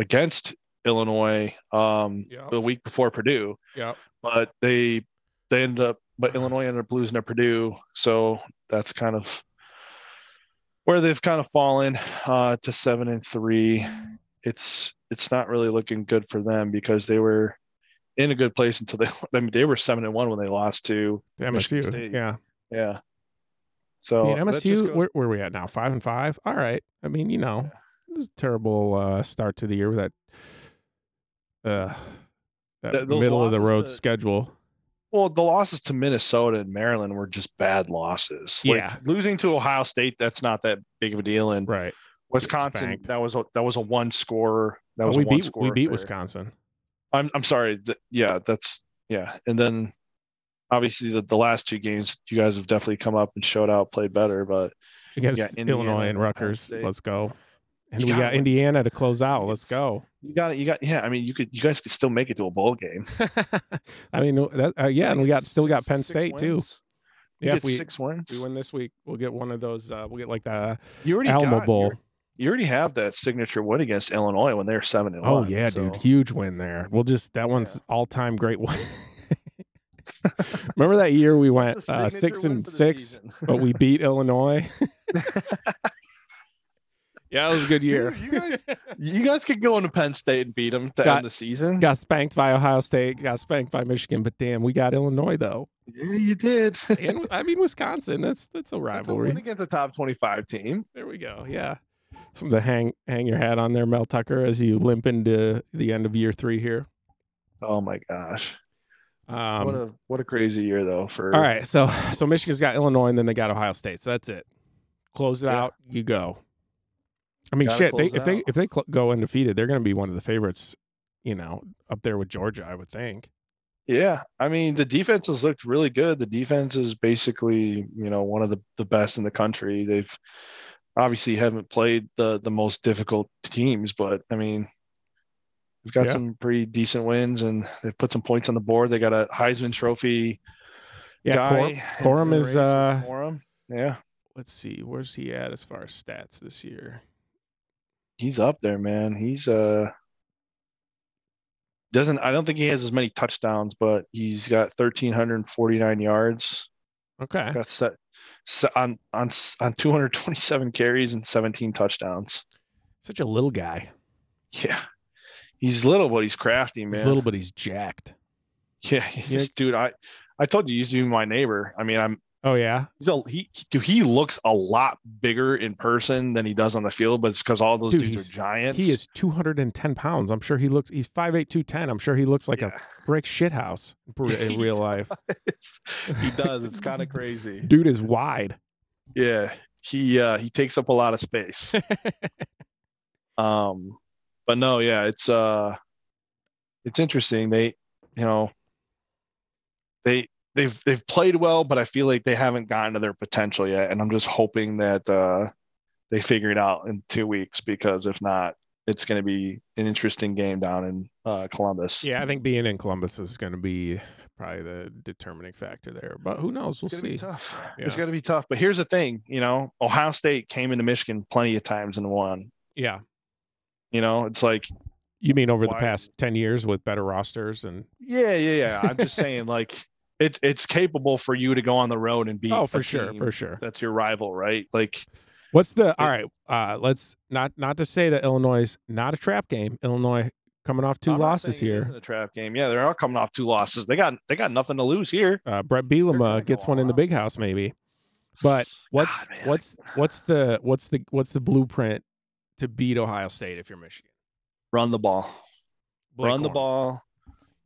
[SPEAKER 2] against Illinois um
[SPEAKER 1] Yeah.
[SPEAKER 2] the week before Purdue,
[SPEAKER 1] yeah.
[SPEAKER 2] but they they ended up but Illinois ended up losing to Purdue, so that's kind of where they've kind of fallen uh, to seven and three. It's it's not really looking good for them because they were in a good place until they. I mean, they were seven and one when they lost to Michigan
[SPEAKER 1] MSU.
[SPEAKER 2] State.
[SPEAKER 1] Yeah.
[SPEAKER 2] yeah.
[SPEAKER 1] I
[SPEAKER 2] So
[SPEAKER 1] mean,
[SPEAKER 2] that just
[SPEAKER 1] MSU,
[SPEAKER 2] goes-
[SPEAKER 1] where, where are we at now? Five and five? All right. I mean, you know, this is a terrible uh, start to the year with that, uh, that
[SPEAKER 2] Th- those
[SPEAKER 1] middle of the
[SPEAKER 2] losses
[SPEAKER 1] road
[SPEAKER 2] to-
[SPEAKER 1] schedule.
[SPEAKER 2] well, the losses to Minnesota and Maryland were just bad losses. Like,
[SPEAKER 1] Yeah.
[SPEAKER 2] losing to Ohio State, that's not that big of a deal. And
[SPEAKER 1] Right.
[SPEAKER 2] Wisconsin,
[SPEAKER 1] spanked.
[SPEAKER 2] that was a, that was a one score. That
[SPEAKER 1] But
[SPEAKER 2] was
[SPEAKER 1] we
[SPEAKER 2] a one
[SPEAKER 1] beat
[SPEAKER 2] score.
[SPEAKER 1] we beat
[SPEAKER 2] affair.
[SPEAKER 1] Wisconsin.
[SPEAKER 2] I'm I'm sorry. Th- yeah, that's yeah. And then obviously the, the last two games, you guys have definitely come up and showed out, played better. But
[SPEAKER 1] against
[SPEAKER 2] Indiana
[SPEAKER 1] Illinois
[SPEAKER 2] and
[SPEAKER 1] and
[SPEAKER 2] Ohio
[SPEAKER 1] Rutgers.
[SPEAKER 2] State.
[SPEAKER 1] Let's go. And
[SPEAKER 2] You
[SPEAKER 1] we
[SPEAKER 2] gotta
[SPEAKER 1] got
[SPEAKER 2] win.
[SPEAKER 1] Indiana to close out. Let's
[SPEAKER 2] It's-
[SPEAKER 1] go.
[SPEAKER 2] you got it. You got yeah. I mean, you could you guys could still make it to a bowl game.
[SPEAKER 1] I mean, that, uh, yeah, and we got still got Penn State too.
[SPEAKER 2] You
[SPEAKER 1] Yeah,
[SPEAKER 2] get
[SPEAKER 1] if we,
[SPEAKER 2] six wins.
[SPEAKER 1] we win this week, we'll get one of those. Uh, we'll get like the
[SPEAKER 2] you already
[SPEAKER 1] Alamo
[SPEAKER 2] got,
[SPEAKER 1] Bowl.
[SPEAKER 2] your- You already have that signature win against Illinois when they're seven and one.
[SPEAKER 1] Oh yeah, dude, huge win there. We'll just that one's all time great one. Remember that year we went uh, six and six, but we beat Illinois. yeah, it was a good year.
[SPEAKER 2] you guys, you guys could go into Penn State and beat them to
[SPEAKER 1] Got-
[SPEAKER 2] end the season.
[SPEAKER 1] Got spanked by Ohio State. Got spanked by Michigan. But damn, we got Illinois though.
[SPEAKER 2] yeah, you did.
[SPEAKER 1] and I mean Wisconsin. That's that's a
[SPEAKER 2] That's a win
[SPEAKER 1] rivalry.
[SPEAKER 2] against a top twenty-five team.
[SPEAKER 1] There we go. Yeah, something to hang hang your hat on there, Mel Tucker, as you limp into the end of year three here.
[SPEAKER 2] Oh my gosh.
[SPEAKER 1] Um,
[SPEAKER 2] what a what a crazy year though for
[SPEAKER 1] all right, so so Michigan's got Illinois, and then they got Ohio State. So that's it. Close it
[SPEAKER 2] Yeah.
[SPEAKER 1] out. You go. I mean,
[SPEAKER 2] Gotta
[SPEAKER 1] shit. They,
[SPEAKER 2] close it
[SPEAKER 1] if they
[SPEAKER 2] out.
[SPEAKER 1] if they cl- go undefeated, they're going to be one of the favorites. You know, up there with Georgia, I would think.
[SPEAKER 2] yeah i mean the defense has looked really good the defense is basically you know one of the, the best in the country they've obviously haven't played the the most difficult teams but i mean they've got
[SPEAKER 1] Yeah.
[SPEAKER 2] some pretty decent wins and they've put some points on the board they got a heisman trophy
[SPEAKER 1] Yeah,
[SPEAKER 2] guy
[SPEAKER 1] Cor-
[SPEAKER 2] in
[SPEAKER 1] Corum
[SPEAKER 2] the
[SPEAKER 1] is,
[SPEAKER 2] race with
[SPEAKER 1] uh,
[SPEAKER 2] Corum. yeah
[SPEAKER 1] let's see, where's he at as far as stats this year?
[SPEAKER 2] he's up there man he's uh doesn't i don't think he has as many touchdowns but he's got 1349 yards
[SPEAKER 1] Okay,
[SPEAKER 2] got set, se- on on s- on 227 carries and 17 touchdowns.
[SPEAKER 1] such a little guy.
[SPEAKER 2] Yeah, he's little, but he's crafty, man.
[SPEAKER 1] He's little, but he's jacked.
[SPEAKER 2] yeah, he's- dude. I I told you he used to be my neighbor. I mean, I'm
[SPEAKER 1] Oh yeah,
[SPEAKER 2] he's a he. Dude, he looks a lot bigger in person than he does on the field, but it's because all those
[SPEAKER 1] Dude,
[SPEAKER 2] dudes
[SPEAKER 1] he's-
[SPEAKER 2] are giants.
[SPEAKER 1] He is 210 pounds. I'm sure he looks, he's 5'8, 210. I'm sure he looks like
[SPEAKER 2] Yeah.
[SPEAKER 1] a brick shit house in real life.
[SPEAKER 2] It's- he does. It's kind of crazy.
[SPEAKER 1] Dude is wide.
[SPEAKER 2] Yeah, he uh he takes up a lot of space. um but no yeah it's uh it's interesting they you know they they've they've played well but i feel like they haven't gotten to their potential yet and i'm just hoping that uh they figure it out in two weeks because if not it's going to be an interesting game down in uh columbus
[SPEAKER 1] yeah, I think being in Columbus is going to be probably the determining factor there, but who knows? We'll
[SPEAKER 2] it's gonna
[SPEAKER 1] see.
[SPEAKER 2] be tough. It's
[SPEAKER 1] Yeah.
[SPEAKER 2] gonna be tough. But here's the thing, you know, Ohio State came into Michigan plenty of times and won.
[SPEAKER 1] Yeah.
[SPEAKER 2] You know, it's like
[SPEAKER 1] You mean over the
[SPEAKER 2] Why-
[SPEAKER 1] past 10 years with better rosters and,
[SPEAKER 2] Yeah, yeah, yeah. I'm just saying, like, it's it's capable for you to go on the road and beat.
[SPEAKER 1] oh, for
[SPEAKER 2] a
[SPEAKER 1] sure.
[SPEAKER 2] team
[SPEAKER 1] For sure.
[SPEAKER 2] That's your rival, right? Like,
[SPEAKER 1] What's the, all right. Uh, let's not, not to say that Illinois is not a trap game. Illinois coming off 2
[SPEAKER 2] I'm not
[SPEAKER 1] losses
[SPEAKER 2] saying it
[SPEAKER 1] here.
[SPEAKER 2] isn't a trap game. Yeah, they're all coming off two losses. They got they got nothing to lose here.
[SPEAKER 1] Uh, Brett
[SPEAKER 2] gonna
[SPEAKER 1] Bielema
[SPEAKER 2] go
[SPEAKER 1] gets one
[SPEAKER 2] all
[SPEAKER 1] in the
[SPEAKER 2] out.
[SPEAKER 1] big house maybe. But what's
[SPEAKER 2] God, man.
[SPEAKER 1] what's what's the what's the what's the blueprint to beat Ohio State if you're Michigan?
[SPEAKER 2] Run the ball.
[SPEAKER 1] Blake
[SPEAKER 2] run the
[SPEAKER 1] Corum.
[SPEAKER 2] ball.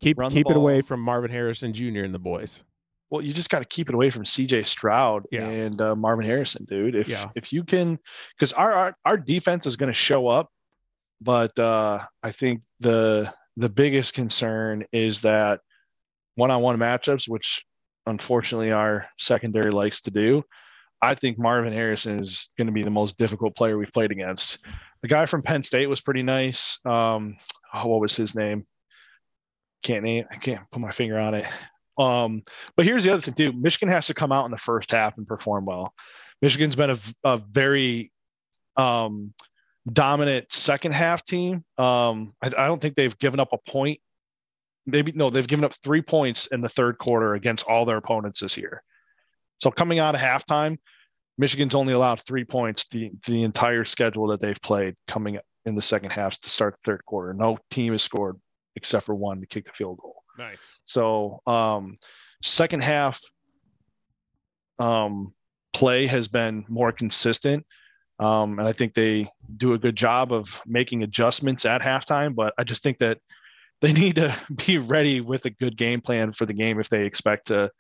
[SPEAKER 1] Keep
[SPEAKER 2] Run the
[SPEAKER 1] keep it away
[SPEAKER 2] ball.
[SPEAKER 1] from Marvin Harrison Jr. and the boys.
[SPEAKER 2] well, you just got to keep it away from C.J. Stroud
[SPEAKER 1] Yeah.
[SPEAKER 2] and uh, Marvin Harrison, dude. If
[SPEAKER 1] Yeah.
[SPEAKER 2] if you can, because our, our our defense is going to show up, but uh, I think the the biggest concern is that one on one matchups, which unfortunately our secondary likes to do. I think Marvin Harrison is going to be the most difficult player we've played against. The guy from Penn State was pretty nice. Um, oh, what was his name? Can't name. I can't put my finger on it. Um, but here's the other thing, too. Michigan has to come out in the first half and perform well. Michigan's been a, v- a very um, dominant second half team. Um, I, I don't think they've given up a point. Maybe no, they've given up three points in the third quarter against all their opponents this year. So coming out of halftime, Michigan's only allowed three points the the entire schedule that they've played coming in the second half to start the third quarter. No team has scored except for one to kick the field goal.
[SPEAKER 3] Nice.
[SPEAKER 2] So um, second half um, play has been more consistent. Um, and I think they do a good job of making adjustments at halftime, but I just think that they need to be ready with a good game plan for the game if they expect to,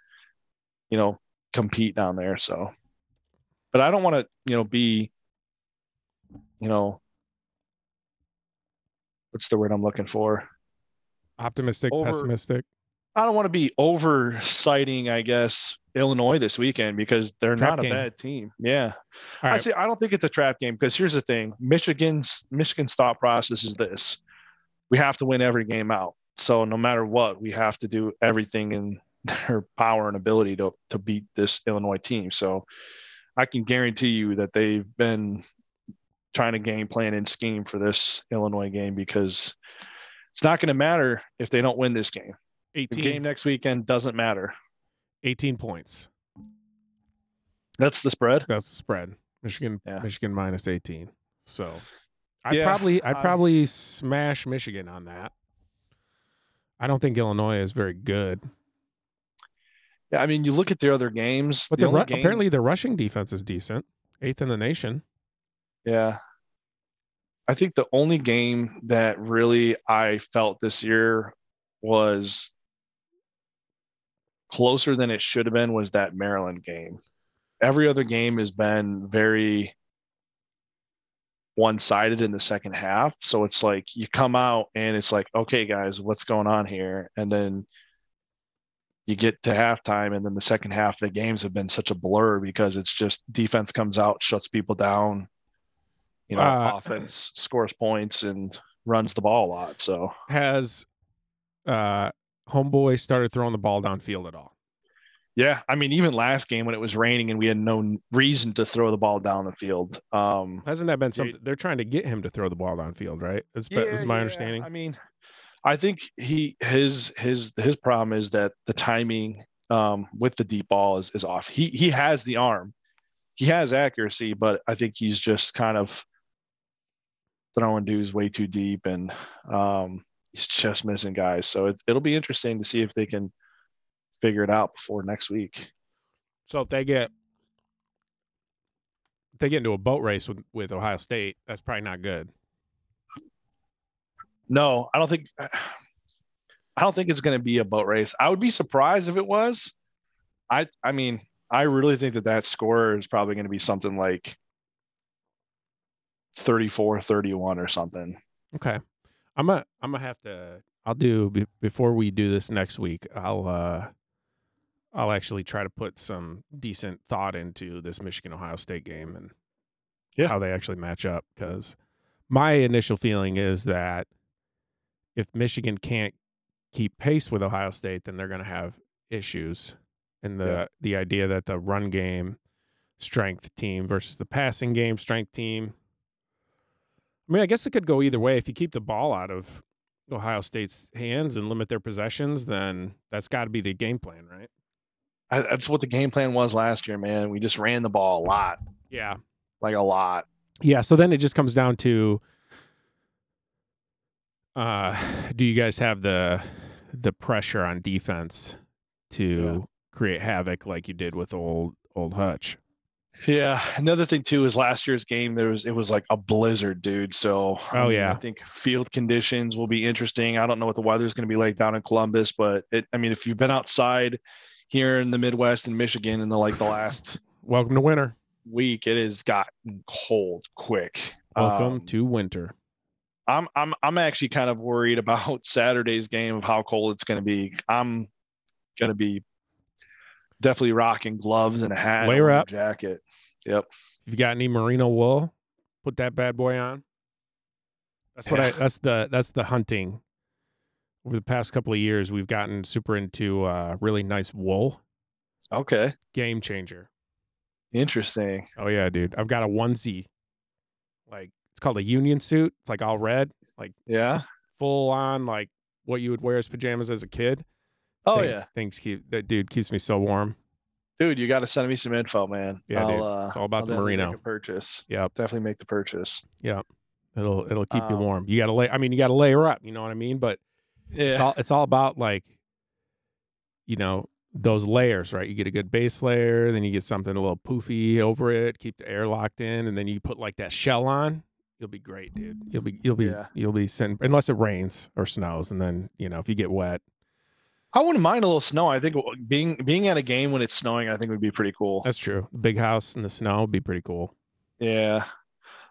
[SPEAKER 2] you know, compete down there. So, but I don't want to, you know, be, you know, what's the word I'm looking for?
[SPEAKER 1] Optimistic,
[SPEAKER 2] Over-
[SPEAKER 1] pessimistic.
[SPEAKER 2] I don't want to be over citing, I guess, Illinois this weekend because they're
[SPEAKER 1] Trap
[SPEAKER 2] not a
[SPEAKER 1] game.
[SPEAKER 2] bad team. Yeah.
[SPEAKER 1] All
[SPEAKER 2] I
[SPEAKER 1] right.
[SPEAKER 2] say I don't think it's a trap game because here's the thing. Michigan's Michigan's thought process is this. We have to win every game out. So no matter what, we have to do everything in their power and ability to to beat this Illinois team. So I can guarantee you that they've been trying to game plan and scheme for this Illinois game because it's not going to matter if they don't win this game. The
[SPEAKER 1] 18,
[SPEAKER 2] game next weekend doesn't matter.
[SPEAKER 1] 18 points.
[SPEAKER 2] That's the spread.
[SPEAKER 1] That's the spread. Michigan,
[SPEAKER 2] Yeah.
[SPEAKER 1] Michigan minus 18. So I'd
[SPEAKER 2] Yeah,
[SPEAKER 1] probably, I'd
[SPEAKER 2] I-
[SPEAKER 1] probably smash Michigan on that. I don't think Illinois is very good,
[SPEAKER 2] Yeah, I mean, you look at their other games.
[SPEAKER 1] but
[SPEAKER 2] the
[SPEAKER 1] the
[SPEAKER 2] only
[SPEAKER 1] ru-
[SPEAKER 2] game-
[SPEAKER 1] apparently the rushing defense is decent. Eighth in the nation.
[SPEAKER 2] yeah. I think the only game that really I felt this year was closer than it should have been was that Maryland game. Every other game has been very one-sided in the second half. So it's like you come out and it's like, okay, guys, what's going on here? And then you get to halftime, and then the second half the games have been such a blur because it's just defense comes out, shuts people down, you know,
[SPEAKER 1] Uh,
[SPEAKER 2] offense scores points and runs the ball a lot. So
[SPEAKER 1] Has uh, homeboy started throwing the ball downfield at all?
[SPEAKER 2] yeah, I mean, even last game when it was raining and we had no reason to throw the ball down the field. Um,
[SPEAKER 1] Hasn't that been
[SPEAKER 2] Yeah, he-
[SPEAKER 1] something? They're trying to get him to throw the ball downfield, right? That's yeah,
[SPEAKER 2] Yeah,
[SPEAKER 1] my
[SPEAKER 2] yeah.
[SPEAKER 1] understanding.
[SPEAKER 2] I mean, I think he his his his problem is that the timing um, with the deep ball is is off. He he has the arm, he has accuracy, but I think he's just kind of throwing dudes way too deep, and um, he's just missing guys. So it, it'll be interesting to see if they can figure it out before next week.
[SPEAKER 1] So if they get if they get into a boat race with with Ohio State, that's probably not good.
[SPEAKER 2] No, I don't think I don't think it's going to be a boat race. I would be surprised if it was. I I mean, I really think that that score is probably going to be something like 34 31 or something.
[SPEAKER 1] Okay, I'm gonna I'm gonna have to. I'll do be- before we do this next week. I'll uh I'll actually try to put some decent thought into this Michigan Ohio State game and
[SPEAKER 2] Yeah.
[SPEAKER 1] how they actually match up. Because my initial feeling is that if Michigan can't keep pace with Ohio State, then they're going to have issues. And the
[SPEAKER 2] Yeah.
[SPEAKER 1] the idea that the run game strength team versus the passing game strength team. I mean, I guess it could go either way. If you keep the ball out of Ohio State's hands and limit their possessions, then that's got to be the game plan, right?
[SPEAKER 2] I, that's what the game plan was last year, man. We just ran the ball a lot,
[SPEAKER 1] Yeah.
[SPEAKER 2] like a lot.
[SPEAKER 1] Yeah. So then it just comes down to uh, do you guys have the the pressure on defense to create havoc like you did with old old Hutch?
[SPEAKER 2] Yeah. Another thing too is last year's game there was it was like a blizzard, dude. So I
[SPEAKER 1] Oh,
[SPEAKER 2] mean,
[SPEAKER 1] yeah.
[SPEAKER 2] I think field conditions will be interesting. I don't know what the weather's going to be like down in Columbus, but it I mean if you've been outside here in the Midwest and Michigan in the like the last
[SPEAKER 1] Welcome to winter.
[SPEAKER 2] week, it has gotten cold quick.
[SPEAKER 1] Welcome
[SPEAKER 2] Um,
[SPEAKER 1] to winter.
[SPEAKER 2] I'm I'm I'm actually kind of worried about Saturday's game of how cold it's going to be. I'm going to be definitely rocking gloves and a hat, and
[SPEAKER 1] Layer
[SPEAKER 2] a
[SPEAKER 1] up.
[SPEAKER 2] jacket. Yep.
[SPEAKER 1] If you got any merino wool, put that bad boy on. That's what I.
[SPEAKER 2] Yeah.
[SPEAKER 1] That's the that's the hunting. Over the past couple of years, we've gotten super into uh, really nice wool.
[SPEAKER 2] Okay.
[SPEAKER 1] Game changer.
[SPEAKER 2] Interesting.
[SPEAKER 1] Oh yeah, dude. I've got a onesie. Like it's called a union suit. It's like all red,
[SPEAKER 2] Yeah.
[SPEAKER 1] full on, like what you would wear as pajamas as a kid.
[SPEAKER 2] Oh
[SPEAKER 1] Thing-
[SPEAKER 2] yeah,
[SPEAKER 1] things keep that dude keeps me so warm.
[SPEAKER 2] dude, you got to send me some info, man.
[SPEAKER 1] Yeah, dude.
[SPEAKER 2] Uh,
[SPEAKER 1] It's all about the
[SPEAKER 2] definitely make
[SPEAKER 1] merino.
[SPEAKER 2] a purchase.
[SPEAKER 1] Yep.
[SPEAKER 2] Definitely make the purchase.
[SPEAKER 1] It'll it'll keep you
[SPEAKER 2] Um,
[SPEAKER 1] warm. You gotta lay. I mean, you gotta layer up. You know what I mean? But it's
[SPEAKER 2] Yeah.
[SPEAKER 1] all it's all about like you know those layers right you get a good base layer then you get something a little poofy over it keep the air locked in and then you put like that shell on you'll be great dude you'll be you'll be
[SPEAKER 2] Yeah.
[SPEAKER 1] you'll be sitting unless it rains or snows and then you know if you get wet
[SPEAKER 2] I wouldn't mind a little snow. I think being being at a game when it's snowing, I think would be pretty cool.
[SPEAKER 1] that's true big house in the snow would be pretty cool
[SPEAKER 2] Yeah.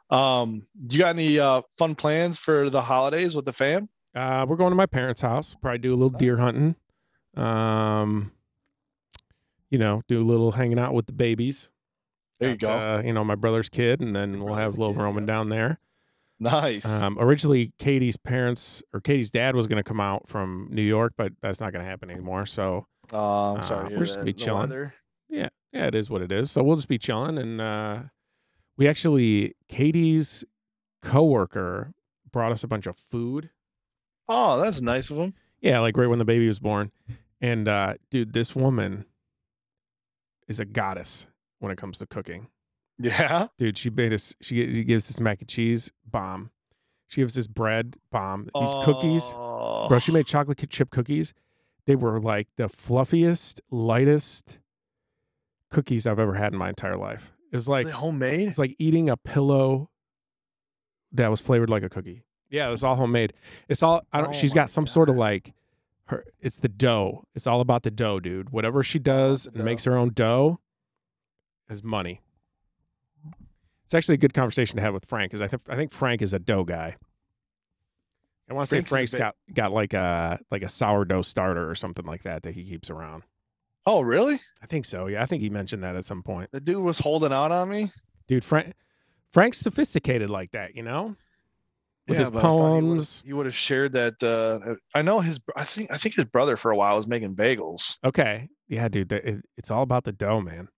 [SPEAKER 2] Um, you got any uh fun plans for the holidays with the fam?
[SPEAKER 1] uh we're going to my parents house probably do a little deer
[SPEAKER 2] Nice.
[SPEAKER 1] hunting um you know do a little hanging out with the babies
[SPEAKER 2] There you go.
[SPEAKER 1] Got, uh, you know my brother's kid and then
[SPEAKER 2] Your
[SPEAKER 1] we'll have
[SPEAKER 2] brother's
[SPEAKER 1] little
[SPEAKER 2] kid,
[SPEAKER 1] roman
[SPEAKER 2] yep.
[SPEAKER 1] down there
[SPEAKER 2] nice.
[SPEAKER 1] Um, originally, Katie's parents or Katie's dad was going to come out from New York, but that's not going to happen anymore. So
[SPEAKER 2] Uh, I'm
[SPEAKER 1] uh,
[SPEAKER 2] sorry. to hear
[SPEAKER 1] we're just gonna
[SPEAKER 2] that.
[SPEAKER 1] be
[SPEAKER 2] The
[SPEAKER 1] chilling.
[SPEAKER 2] weather.
[SPEAKER 1] yeah, it is what it is. So we'll just be chilling, and uh, we actually Katie's coworker brought us a bunch of food.
[SPEAKER 2] Oh, that's nice of them.
[SPEAKER 1] Yeah, like right when the baby was born, and uh, dude, this woman is a goddess when it comes to cooking.
[SPEAKER 2] Yeah.
[SPEAKER 1] Dude, she made us. She, gi- she gives this mac and cheese bomb. She gives this bread bomb. These cookies.
[SPEAKER 2] Oh,
[SPEAKER 1] bro she made chocolate ki- chip cookies they were like the fluffiest lightest cookies i've ever had in my entire life it was
[SPEAKER 2] are
[SPEAKER 1] like
[SPEAKER 2] they homemade.
[SPEAKER 1] it's like eating a pillow that was flavored like a cookie yeah it's all homemade it's all i don't
[SPEAKER 2] Oh
[SPEAKER 1] she's
[SPEAKER 2] my
[SPEAKER 1] got some sort of
[SPEAKER 2] God.
[SPEAKER 1] like her it's the dough it's all about the dough dude whatever she does
[SPEAKER 2] the
[SPEAKER 1] and makes her own dough is money it's actually a good conversation to have with frank because I, th- I think frank is a dough guy i want to say
[SPEAKER 2] Frank is a
[SPEAKER 1] frank's
[SPEAKER 2] bit-
[SPEAKER 1] got got like a like a sourdough starter or something like that that he keeps around
[SPEAKER 2] Oh, really?
[SPEAKER 1] i think so yeah i think he mentioned that at some point
[SPEAKER 2] The dude was holding out on me.
[SPEAKER 1] dude frank frank's sophisticated like that you know with his
[SPEAKER 2] but I thought he would've-
[SPEAKER 1] poems.
[SPEAKER 2] He would have shared that. Uh, I know his. I think. I think his brother for a while was making bagels.
[SPEAKER 1] Okay. Yeah, dude. that- it, it's all about the dough, man.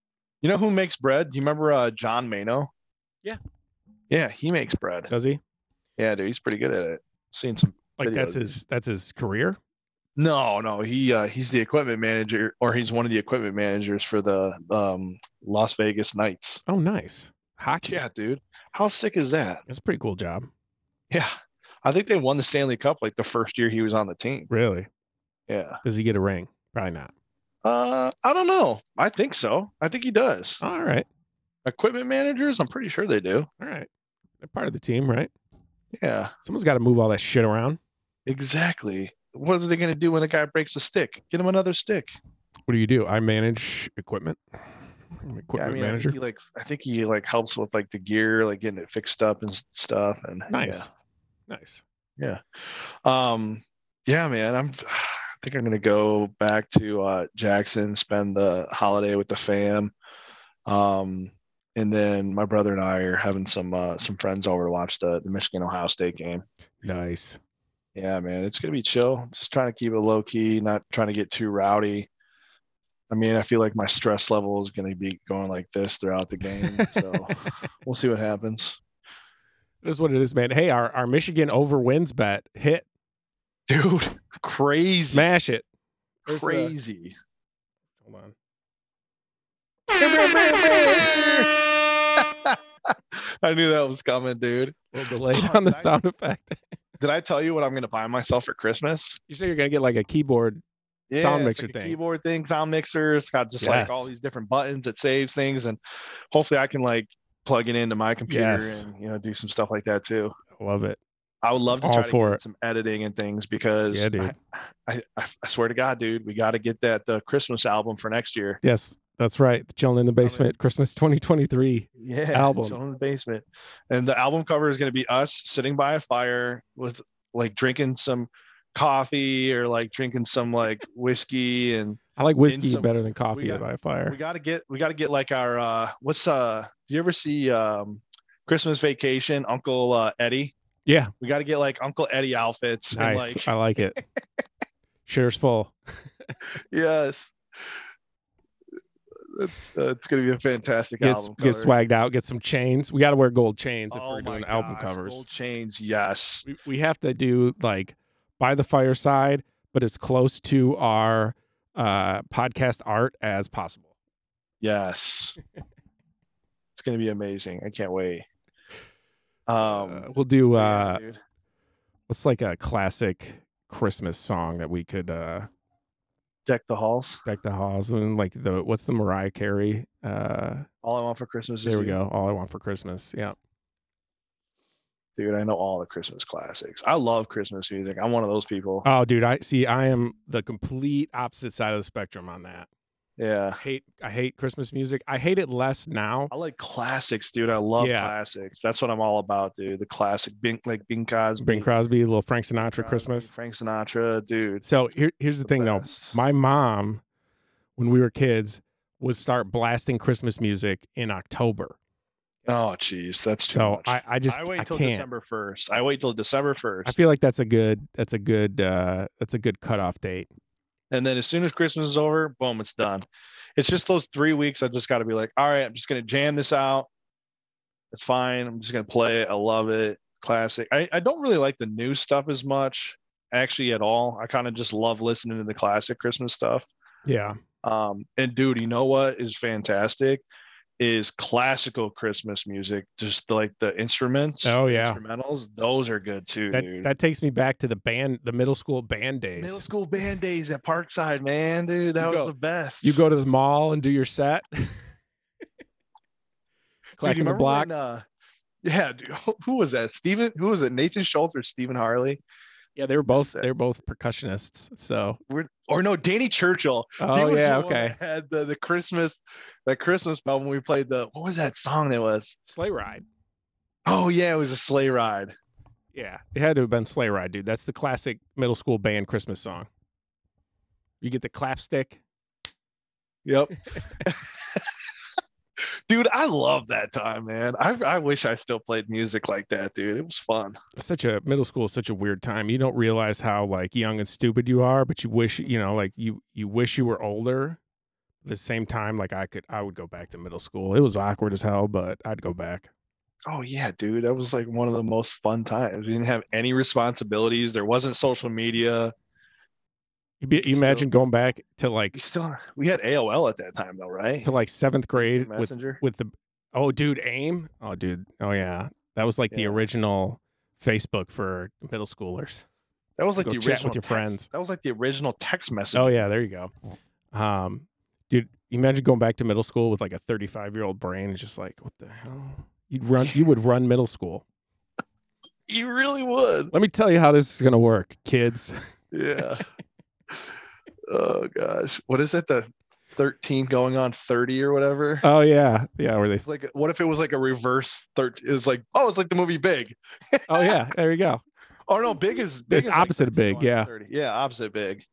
[SPEAKER 2] You know who makes bread? Do you remember uh, John Mano?
[SPEAKER 1] Yeah.
[SPEAKER 2] Yeah, he makes bread.
[SPEAKER 1] Does he?
[SPEAKER 2] Yeah, dude, he's pretty good at it. Seen some.
[SPEAKER 1] Like that's
[SPEAKER 2] Videos.
[SPEAKER 1] his that's his career.
[SPEAKER 2] No, no, he uh, he's the equipment manager, or he's one of the equipment managers for the um, Las Vegas Knights.
[SPEAKER 1] Oh, nice. Hockey.
[SPEAKER 2] Yeah, dude, how sick is that?
[SPEAKER 1] That's a pretty cool job.
[SPEAKER 2] Yeah, I think they won the Stanley Cup like the first year he was on the team.
[SPEAKER 1] Really?
[SPEAKER 2] Yeah,
[SPEAKER 1] Does he get a ring? Probably not.
[SPEAKER 2] uh, I don't know. I think so. I think he does.
[SPEAKER 1] All right.
[SPEAKER 2] Equipment managers, I'm pretty sure they do.
[SPEAKER 1] All right. They're part of the team, right?
[SPEAKER 2] Yeah,
[SPEAKER 1] Someone's got to move all that shit around.
[SPEAKER 2] exactly. What are they gonna do when the guy breaks a stick? Get him another stick.
[SPEAKER 1] What do you do? I manage equipment. I'm an
[SPEAKER 2] Yeah,
[SPEAKER 1] equipment
[SPEAKER 2] I mean, I
[SPEAKER 1] manager.
[SPEAKER 2] think he like I think he like helps with like the gear, like getting it fixed up and s- stuff. And yeah.
[SPEAKER 1] Nice. Nice.
[SPEAKER 2] Um, yeah, man, I'm. I think I'm gonna go back to uh, Jackson, spend the holiday with the fam, um, and then my brother and I are having some uh, some friends over to watch the the Michigan Ohio State game.
[SPEAKER 1] Nice.
[SPEAKER 2] Yeah, man, it's gonna be chill. Just trying to keep it low key, not trying to get too rowdy. I mean, I feel like my stress level is gonna be going like this throughout the game, so we'll see what happens,
[SPEAKER 1] That's what it is, man. Hey, our, our Michigan over wins bet hit.
[SPEAKER 2] dude. Crazy,
[SPEAKER 1] Smash it. Where's the-
[SPEAKER 2] crazy.
[SPEAKER 1] Hold on.
[SPEAKER 2] I knew that was coming, dude.
[SPEAKER 1] A little delayed
[SPEAKER 2] Oh,
[SPEAKER 1] on the
[SPEAKER 2] did I-
[SPEAKER 1] sound effect.
[SPEAKER 2] Did I tell you what I'm gonna buy myself for Christmas?
[SPEAKER 1] you say you're gonna get like a keyboard. Sound
[SPEAKER 2] it's
[SPEAKER 1] mixer
[SPEAKER 2] like a
[SPEAKER 1] thing.
[SPEAKER 2] keyboard thing, sound mixer. It's got just like all
[SPEAKER 1] Yes.
[SPEAKER 2] these different buttons that saves things, and hopefully I can like plug it into my computer
[SPEAKER 1] Yes.
[SPEAKER 2] and you know do some stuff like that too.
[SPEAKER 1] I love it.
[SPEAKER 2] I would love to
[SPEAKER 1] All
[SPEAKER 2] try to
[SPEAKER 1] for
[SPEAKER 2] get
[SPEAKER 1] it.
[SPEAKER 2] some editing and things because
[SPEAKER 1] Yeah, dude.
[SPEAKER 2] I, I, I swear to God, dude, we got to get that the Christmas album for next year.
[SPEAKER 1] Yes, that's right. Chilling in the basement, Christmas 2023.
[SPEAKER 2] Yeah,
[SPEAKER 1] Album.
[SPEAKER 2] Chilling in the basement, and the album cover is going to be us sitting by a fire with like drinking some coffee or like drinking some like whiskey and
[SPEAKER 1] I like whiskey
[SPEAKER 2] some-
[SPEAKER 1] better than coffee
[SPEAKER 2] got-
[SPEAKER 1] by a fire.
[SPEAKER 2] we got to get we got to get like our uh what's uh do you ever see um christmas vacation uncle uh, eddie
[SPEAKER 1] yeah,
[SPEAKER 2] we got to get like uncle eddie outfits and
[SPEAKER 1] nice.
[SPEAKER 2] like
[SPEAKER 1] I like it. Shitter's full.
[SPEAKER 2] yes it's, uh, it's gonna be a fantastic
[SPEAKER 1] Get,
[SPEAKER 2] album
[SPEAKER 1] get
[SPEAKER 2] cover.
[SPEAKER 1] swagged out. Get some chains. We got to wear gold chains if
[SPEAKER 2] oh
[SPEAKER 1] we're
[SPEAKER 2] my
[SPEAKER 1] doing album
[SPEAKER 2] gosh,
[SPEAKER 1] covers.
[SPEAKER 2] gold chains yes
[SPEAKER 1] we, we have to do like by the fireside, but as close to our uh, podcast art as possible.
[SPEAKER 2] yes it's gonna be amazing i can't wait
[SPEAKER 1] Uh,
[SPEAKER 2] um
[SPEAKER 1] we'll do
[SPEAKER 2] yeah,
[SPEAKER 1] uh,
[SPEAKER 2] dude.
[SPEAKER 1] what's like a classic Christmas song that we could uh,
[SPEAKER 2] deck the halls
[SPEAKER 1] back the halls and like the what's the Mariah Carey? Uh,
[SPEAKER 2] all i want for christmas is
[SPEAKER 1] there we
[SPEAKER 2] You.
[SPEAKER 1] go. All I want for Christmas. Yeah,
[SPEAKER 2] dude i know all the christmas classics i love christmas music i'm one of those people
[SPEAKER 1] Oh, dude, I see. I am the complete opposite side of the spectrum on that.
[SPEAKER 2] yeah
[SPEAKER 1] I hate I hate Christmas music. I hate it less now.
[SPEAKER 2] I like classics, dude. I love
[SPEAKER 1] Yeah.
[SPEAKER 2] classics. That's what I'm all about, dude. The classic, Bing, like Bing Cosby,
[SPEAKER 1] Bing Crosby, little Frank Sinatra,
[SPEAKER 2] Crosby,
[SPEAKER 1] Christmas.
[SPEAKER 2] Frank Sinatra, dude.
[SPEAKER 1] So here, here's the, thing, though.
[SPEAKER 2] best.
[SPEAKER 1] My mom, when we were kids, would start blasting Christmas music in October.
[SPEAKER 2] oh, jeez, that's too
[SPEAKER 1] So
[SPEAKER 2] much.
[SPEAKER 1] I, I just
[SPEAKER 2] I
[SPEAKER 1] I,
[SPEAKER 2] wait till
[SPEAKER 1] can't.
[SPEAKER 2] December first. I wait till December
[SPEAKER 1] I
[SPEAKER 2] first,
[SPEAKER 1] feel like that's a good that's a good uh that's a good cutoff date.
[SPEAKER 2] and then as soon as Christmas is over, boom, it's done. It's just those three weeks. I just got to be like, all right, I'm just gonna jam this out. It's fine. I'm just gonna play it. I love it. Classic. I, I don't really like the new stuff as much, actually, at all. I kind of just love listening to the classic Christmas stuff.
[SPEAKER 1] Yeah.
[SPEAKER 2] Um, and dude, you know what is fantastic is classical Christmas music, just like the instruments,
[SPEAKER 1] Oh,
[SPEAKER 2] the
[SPEAKER 1] yeah.
[SPEAKER 2] instrumentals. Those are good too,
[SPEAKER 1] That
[SPEAKER 2] dude.
[SPEAKER 1] that takes me back to the band the middle school band days.
[SPEAKER 2] Middle school band days at Parkside, man, dude, that
[SPEAKER 1] You
[SPEAKER 2] was
[SPEAKER 1] go-
[SPEAKER 2] the best.
[SPEAKER 1] You go to the mall and do your set.
[SPEAKER 2] dude, you
[SPEAKER 1] Clacking the
[SPEAKER 2] remember
[SPEAKER 1] block.
[SPEAKER 2] when, uh, yeah, dude, who was that? Steven, who was it? Nathan Schultz or Stephen Harley?
[SPEAKER 1] yeah, they were both
[SPEAKER 2] set.
[SPEAKER 1] they were both percussionists. So
[SPEAKER 2] We're, or no, Danny Churchill. He
[SPEAKER 1] oh
[SPEAKER 2] was the
[SPEAKER 1] yeah,
[SPEAKER 2] one
[SPEAKER 1] okay.
[SPEAKER 2] that Had the, the Christmas, that Christmas album. We played the what was that song? That was
[SPEAKER 1] Sleigh ride.
[SPEAKER 2] oh yeah, it was a sleigh ride.
[SPEAKER 1] Yeah, it had to have been Sleigh Ride, dude. That's the classic middle school band Christmas song. You get the clapstick.
[SPEAKER 2] Yep. dude, I love that time, man. I, I wish I still played music like that, dude. It was fun.
[SPEAKER 1] Such a middle school is such a weird time. You don't realize how like young and stupid you are, but you wish you know like you you wish you were older. At the same time, like I could I would go back to middle school. It was awkward as hell, but I'd go back.
[SPEAKER 2] Oh yeah, dude. That was like one of the most fun times. We didn't have any responsibilities. There wasn't social media.
[SPEAKER 1] You, be, you
[SPEAKER 2] Still-
[SPEAKER 1] imagine going back to like
[SPEAKER 2] We still we had AOL at that time though, right?
[SPEAKER 1] to like seventh grade
[SPEAKER 2] Instant
[SPEAKER 1] with
[SPEAKER 2] Messenger.
[SPEAKER 1] with the oh dude aim oh dude oh yeah that was like the
[SPEAKER 2] Yeah.
[SPEAKER 1] original Facebook for middle schoolers
[SPEAKER 2] that was like
[SPEAKER 1] go
[SPEAKER 2] the
[SPEAKER 1] chat with
[SPEAKER 2] original
[SPEAKER 1] your
[SPEAKER 2] text-
[SPEAKER 1] friends.
[SPEAKER 2] That was like the original text message.
[SPEAKER 1] oh yeah there you go um dude imagine going back to middle school with like a 35 year old brain it's just like what the hell you'd run you would run middle school
[SPEAKER 2] You really would.
[SPEAKER 1] let me tell you how this is gonna work kids
[SPEAKER 2] Yeah. oh gosh. What is it? The 13 going on 30 or whatever?
[SPEAKER 1] oh yeah yeah where they
[SPEAKER 2] It's like what if it was like a reverse third it was like oh it's like the movie big
[SPEAKER 1] oh yeah there you go
[SPEAKER 2] oh no big is big
[SPEAKER 1] It's
[SPEAKER 2] is like
[SPEAKER 1] opposite of
[SPEAKER 2] 13
[SPEAKER 1] Big,
[SPEAKER 2] going
[SPEAKER 1] yeah.
[SPEAKER 2] 30. yeah opposite big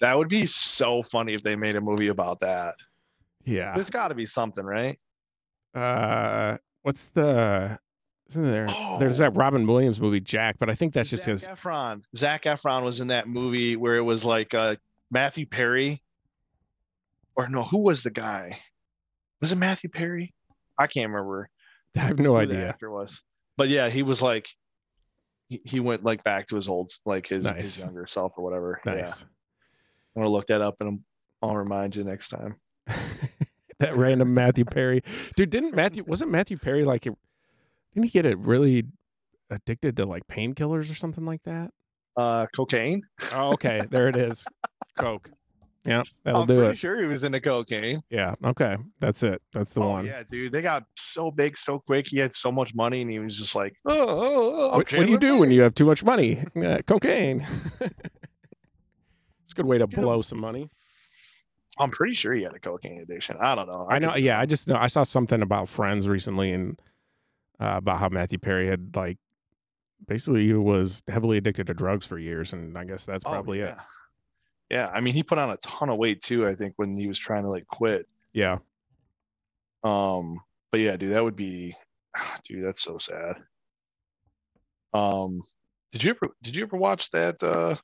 [SPEAKER 2] that would be so funny if they made a movie about that
[SPEAKER 1] yeah
[SPEAKER 2] there's got to be something right
[SPEAKER 1] uh what's the isn't there there's
[SPEAKER 2] Oh.
[SPEAKER 1] that robin williams movie jack but i think that's just his
[SPEAKER 2] Zac Efron Zach Efron was in that movie where it was like uh Matthew Perry or no who was the guy was it Matthew Perry I can't remember
[SPEAKER 1] i have no
[SPEAKER 2] who the
[SPEAKER 1] idea
[SPEAKER 2] actor was. But yeah, he was like he, he went like back to his old like his,
[SPEAKER 1] Nice.
[SPEAKER 2] his younger self or whatever. Yeah.
[SPEAKER 1] nice
[SPEAKER 2] I'm gonna look that up and I'll remind you next time.
[SPEAKER 1] that random Matthew Perry dude. Didn't Matthew wasn't Matthew Perry like it, didn't he get it really addicted to like painkillers or something like that?
[SPEAKER 2] Uh cocaine?
[SPEAKER 1] Oh, okay, there it is, coke. Yeah, that'll
[SPEAKER 3] I'm
[SPEAKER 1] do
[SPEAKER 3] pretty
[SPEAKER 1] it.
[SPEAKER 3] sure he was into cocaine.
[SPEAKER 1] Yeah. Okay. That's it. That's the
[SPEAKER 2] Oh,
[SPEAKER 1] one.
[SPEAKER 2] Yeah, dude, they got so big so quick. He had so much money, and he was just like,
[SPEAKER 3] Oh, oh, oh
[SPEAKER 1] What, what do you do when you have too much money? Uh, cocaine. it's a good way to
[SPEAKER 3] Yeah.
[SPEAKER 1] blow some money.
[SPEAKER 2] I'm pretty sure he had a cocaine addiction. I don't know.
[SPEAKER 1] I know.
[SPEAKER 2] could-
[SPEAKER 1] Yeah, I just know. I saw something about Friends recently and uh, about how Matthew Perry had like basically he was heavily addicted to drugs for years, and I guess that's
[SPEAKER 2] Oh,
[SPEAKER 1] probably it.
[SPEAKER 2] yeah. Yeah, I mean, he put on a ton of weight too. I think when he was trying to like quit.
[SPEAKER 1] Yeah.
[SPEAKER 2] Um, but yeah, dude, that would be, dude, that's so sad. Um, did you ever did you ever watch that uh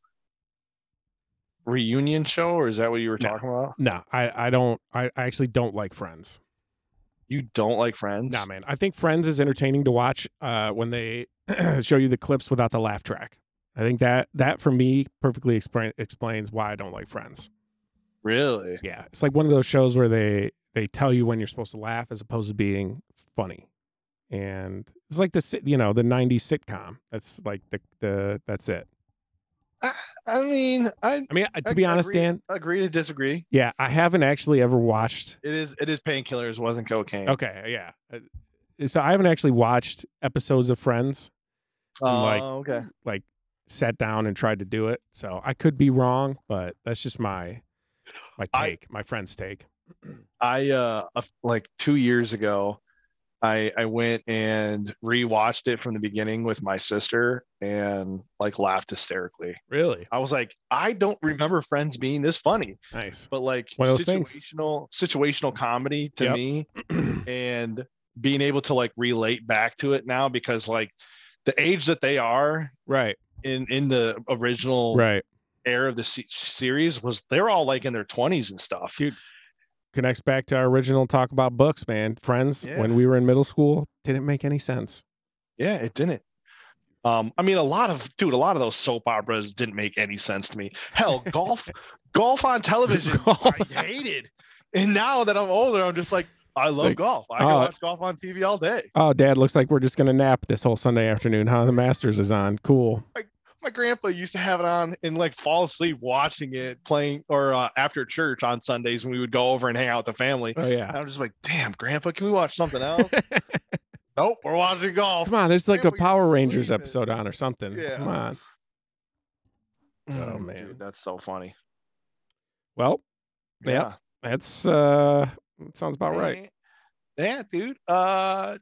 [SPEAKER 2] reunion show, or is that what you were
[SPEAKER 1] No.
[SPEAKER 2] talking about?
[SPEAKER 1] No, I I don't. I, I actually don't like Friends.
[SPEAKER 2] You don't like Friends?
[SPEAKER 1] Nah, man. I think Friends is entertaining to watch uh, when they show you the clips without the laugh track. I think that that for me perfectly explain, explains why I don't like Friends.
[SPEAKER 2] Really?
[SPEAKER 1] Yeah, it's like one of those shows where they they tell you when you're supposed to laugh as opposed to being funny, and it's like the sit- you know the '90s sitcom. That's like the the that's it.
[SPEAKER 2] I mean, I
[SPEAKER 1] I mean, I- to
[SPEAKER 2] I-
[SPEAKER 1] be
[SPEAKER 2] I
[SPEAKER 1] honest,
[SPEAKER 2] agree.
[SPEAKER 1] Dan,
[SPEAKER 2] agree to disagree.
[SPEAKER 1] yeah, I haven't actually ever watched.
[SPEAKER 2] It is it is painkillers, wasn't cocaine.
[SPEAKER 1] Okay, yeah, Uh, so I haven't actually watched episodes of Friends.
[SPEAKER 2] Oh,
[SPEAKER 1] like-
[SPEAKER 2] okay.
[SPEAKER 1] Like sat down and tried to do it. So I could be wrong, but that's just my my
[SPEAKER 2] I-
[SPEAKER 1] take, my friend's take.
[SPEAKER 2] I uh a- like two years ago, I I went and rewatched it from the beginning with my sister and like laughed hysterically.
[SPEAKER 1] Really
[SPEAKER 2] I was like, I don't remember Friends being this funny,
[SPEAKER 1] nice.
[SPEAKER 2] but like
[SPEAKER 1] One of those things.
[SPEAKER 2] situational situational comedy to
[SPEAKER 1] Yep.
[SPEAKER 2] me and being able to like relate back to it now because like the age that they are
[SPEAKER 1] right,
[SPEAKER 2] in in the original
[SPEAKER 1] right.
[SPEAKER 2] era of the se- series was they're all like in their 20s and stuff.
[SPEAKER 1] Dude, connects back to our original talk about books, man. Friends,
[SPEAKER 2] Yeah.
[SPEAKER 1] when we were in middle school, didn't make any sense.
[SPEAKER 2] Yeah, it didn't. Um, I mean, a lot of dude, a lot of those soap operas didn't make any sense to me. Hell, golf, golf on television,
[SPEAKER 1] Golf.
[SPEAKER 2] I hated. And now that I'm older, I'm just like, I love
[SPEAKER 1] Like,
[SPEAKER 2] golf. I can
[SPEAKER 1] uh,
[SPEAKER 2] watch golf on TV all day.
[SPEAKER 1] Oh, Dad, looks like we're just gonna nap this whole Sunday afternoon, huh? The Masters is on. Cool.
[SPEAKER 2] My grandpa used to have it on and like fall asleep watching it playing or uh, after church on Sundays when we would go over and hang out with the family.
[SPEAKER 1] Oh
[SPEAKER 2] And
[SPEAKER 1] yeah.
[SPEAKER 2] I'm just like, damn, grandpa, can we watch something else? nope, we're watching golf.
[SPEAKER 1] Come on, there's like a
[SPEAKER 2] Grandpa, you're
[SPEAKER 1] Power Rangers
[SPEAKER 2] sleeping.
[SPEAKER 1] episode on or something.
[SPEAKER 2] Yeah.
[SPEAKER 1] Come on. Oh,
[SPEAKER 2] Mm,
[SPEAKER 1] man.
[SPEAKER 2] dude, that's so funny.
[SPEAKER 1] Well, Yep. that's uh sounds about right.
[SPEAKER 2] Yeah, dude. Uh,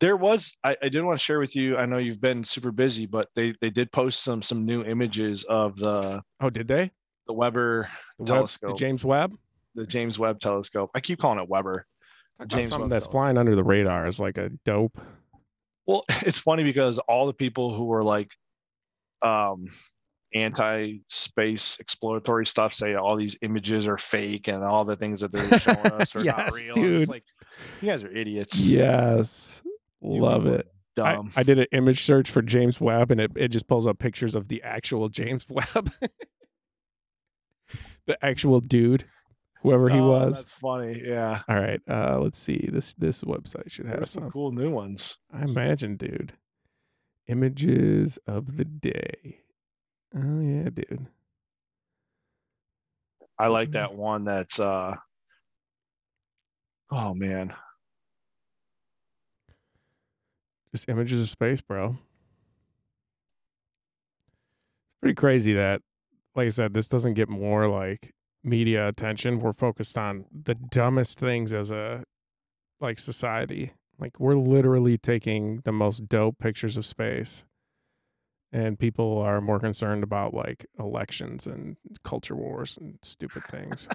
[SPEAKER 2] there was. I, I did want to share with you. I know you've been super busy, but they they did post some some new images of the
[SPEAKER 1] Oh, did they?
[SPEAKER 2] the Weber,
[SPEAKER 1] The the
[SPEAKER 2] Mm-hmm. Telescope.
[SPEAKER 1] James Webb. Talk
[SPEAKER 2] the James Webb Telescope. I keep calling it Weber.
[SPEAKER 1] about
[SPEAKER 2] James
[SPEAKER 1] something
[SPEAKER 2] Webb
[SPEAKER 1] that's
[SPEAKER 2] Telescope.
[SPEAKER 1] flying under the radar is like a dope.
[SPEAKER 2] Well, it's funny because all the people who were like, um, anti-space exploratory stuff say all these images are fake and all the things that they're showing us are not
[SPEAKER 1] Yes,
[SPEAKER 2] real. And
[SPEAKER 1] dude.
[SPEAKER 2] It's like you guys are idiots.
[SPEAKER 1] Yes.
[SPEAKER 2] You
[SPEAKER 1] Love
[SPEAKER 2] were
[SPEAKER 1] it. I,
[SPEAKER 2] Dumb.
[SPEAKER 1] I did an image search for James Webb and it, it just pulls up pictures of the actual James Webb. the actual dude, whoever he
[SPEAKER 2] Oh,
[SPEAKER 1] was.
[SPEAKER 2] That's funny. Yeah.
[SPEAKER 1] All right. Uh let's see. This this website should
[SPEAKER 2] There are
[SPEAKER 1] have
[SPEAKER 2] some
[SPEAKER 1] some.
[SPEAKER 2] cool new ones.
[SPEAKER 1] I imagine, dude. Images of the day. Oh yeah, dude.
[SPEAKER 2] I like
[SPEAKER 1] Mhm.
[SPEAKER 2] that one that's uh oh man.
[SPEAKER 1] Just images of space, bro. It's pretty crazy that like I said, this doesn't get more like media attention. We're focused on the dumbest things as a like society. Like we're literally taking the most dope pictures of space. And people are more concerned about like elections and culture wars and stupid things.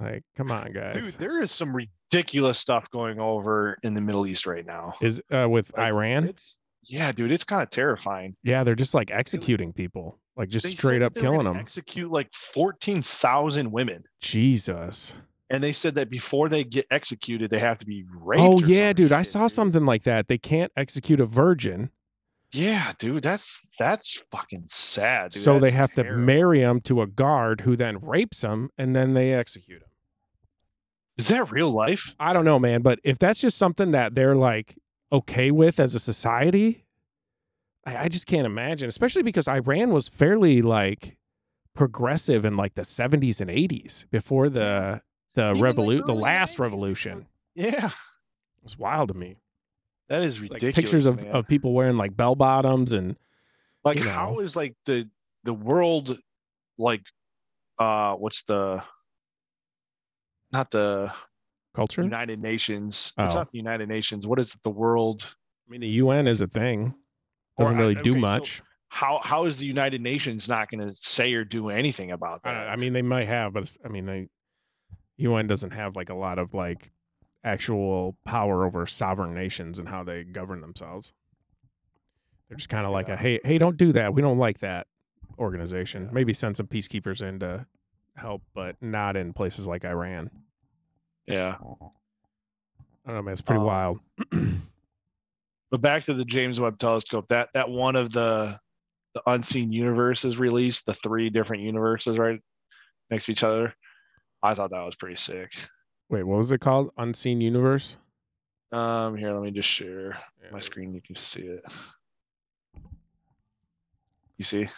[SPEAKER 1] like, come on,
[SPEAKER 2] Dude,
[SPEAKER 1] guys.
[SPEAKER 2] there is some ridiculous stuff going over in the Middle East right now.
[SPEAKER 1] Is uh, with
[SPEAKER 2] Like,
[SPEAKER 1] Iran?
[SPEAKER 2] It's yeah, dude, it's kind of terrifying.
[SPEAKER 1] Yeah, they're just like executing people, like just
[SPEAKER 2] They said
[SPEAKER 1] straight
[SPEAKER 2] that
[SPEAKER 1] up
[SPEAKER 2] they were
[SPEAKER 1] killing
[SPEAKER 2] gonna
[SPEAKER 1] them.
[SPEAKER 2] Execute like 14,000 women.
[SPEAKER 1] Jesus.
[SPEAKER 2] And they said that before they get executed, they have to be raped.
[SPEAKER 1] Oh
[SPEAKER 2] or
[SPEAKER 1] yeah,
[SPEAKER 2] some
[SPEAKER 1] dude, I
[SPEAKER 2] shit,
[SPEAKER 1] saw something like that. They can't execute a virgin,
[SPEAKER 2] Yeah, dude, that's that's fucking sad. Ah, Dude.
[SPEAKER 1] so they
[SPEAKER 2] That's
[SPEAKER 1] have to
[SPEAKER 2] terrible.
[SPEAKER 1] marry him to a guard who then rapes him and then they execute him.
[SPEAKER 2] Is that real life?
[SPEAKER 1] I don't know, man, but if that's just something that they're like okay with as a society, I, I just can't imagine. Especially because Iran was fairly like progressive in like the 70s and 80s before the the
[SPEAKER 2] Even, like,
[SPEAKER 1] revolution, the
[SPEAKER 2] early
[SPEAKER 1] last
[SPEAKER 2] 90s,
[SPEAKER 1] revolution.
[SPEAKER 2] Yeah,
[SPEAKER 1] It's wild to me.
[SPEAKER 2] that is
[SPEAKER 1] Like
[SPEAKER 2] ridiculous.
[SPEAKER 1] pictures of,
[SPEAKER 2] man.
[SPEAKER 1] of people wearing like bell bottoms and
[SPEAKER 2] like
[SPEAKER 1] you know.
[SPEAKER 2] how is like the the world like uh what's the not the
[SPEAKER 1] culture.
[SPEAKER 2] United Nations. It's
[SPEAKER 1] Oh.
[SPEAKER 2] not the United Nations. What is it? The world.
[SPEAKER 1] I mean, the UN is a thing.
[SPEAKER 2] Or
[SPEAKER 1] Doesn't
[SPEAKER 2] I-
[SPEAKER 1] really do
[SPEAKER 2] okay, so
[SPEAKER 1] much.
[SPEAKER 2] How how is the United Nations not going to say or do anything about
[SPEAKER 1] I,
[SPEAKER 2] that?
[SPEAKER 1] I mean, they might have, but it's, I mean, they UN doesn't have like a lot of like actual power over sovereign nations and how they govern themselves. They're just kind of like a hey, hey, don't do that. We don't like that organization.
[SPEAKER 2] Yeah.
[SPEAKER 1] Maybe send some peacekeepers in to help, but not in places like Iran.
[SPEAKER 2] yeah.
[SPEAKER 1] I don't know, man. It's pretty
[SPEAKER 2] Um,
[SPEAKER 1] wild.
[SPEAKER 2] But back to the James Webb Telescope. That that one of the the unseen universes released. The three different universes right next to each other. I thought that was pretty sick.
[SPEAKER 1] Wait, what was it called? Unseen Universe.
[SPEAKER 2] Um, here, let me just share my screen. You can see it. You see?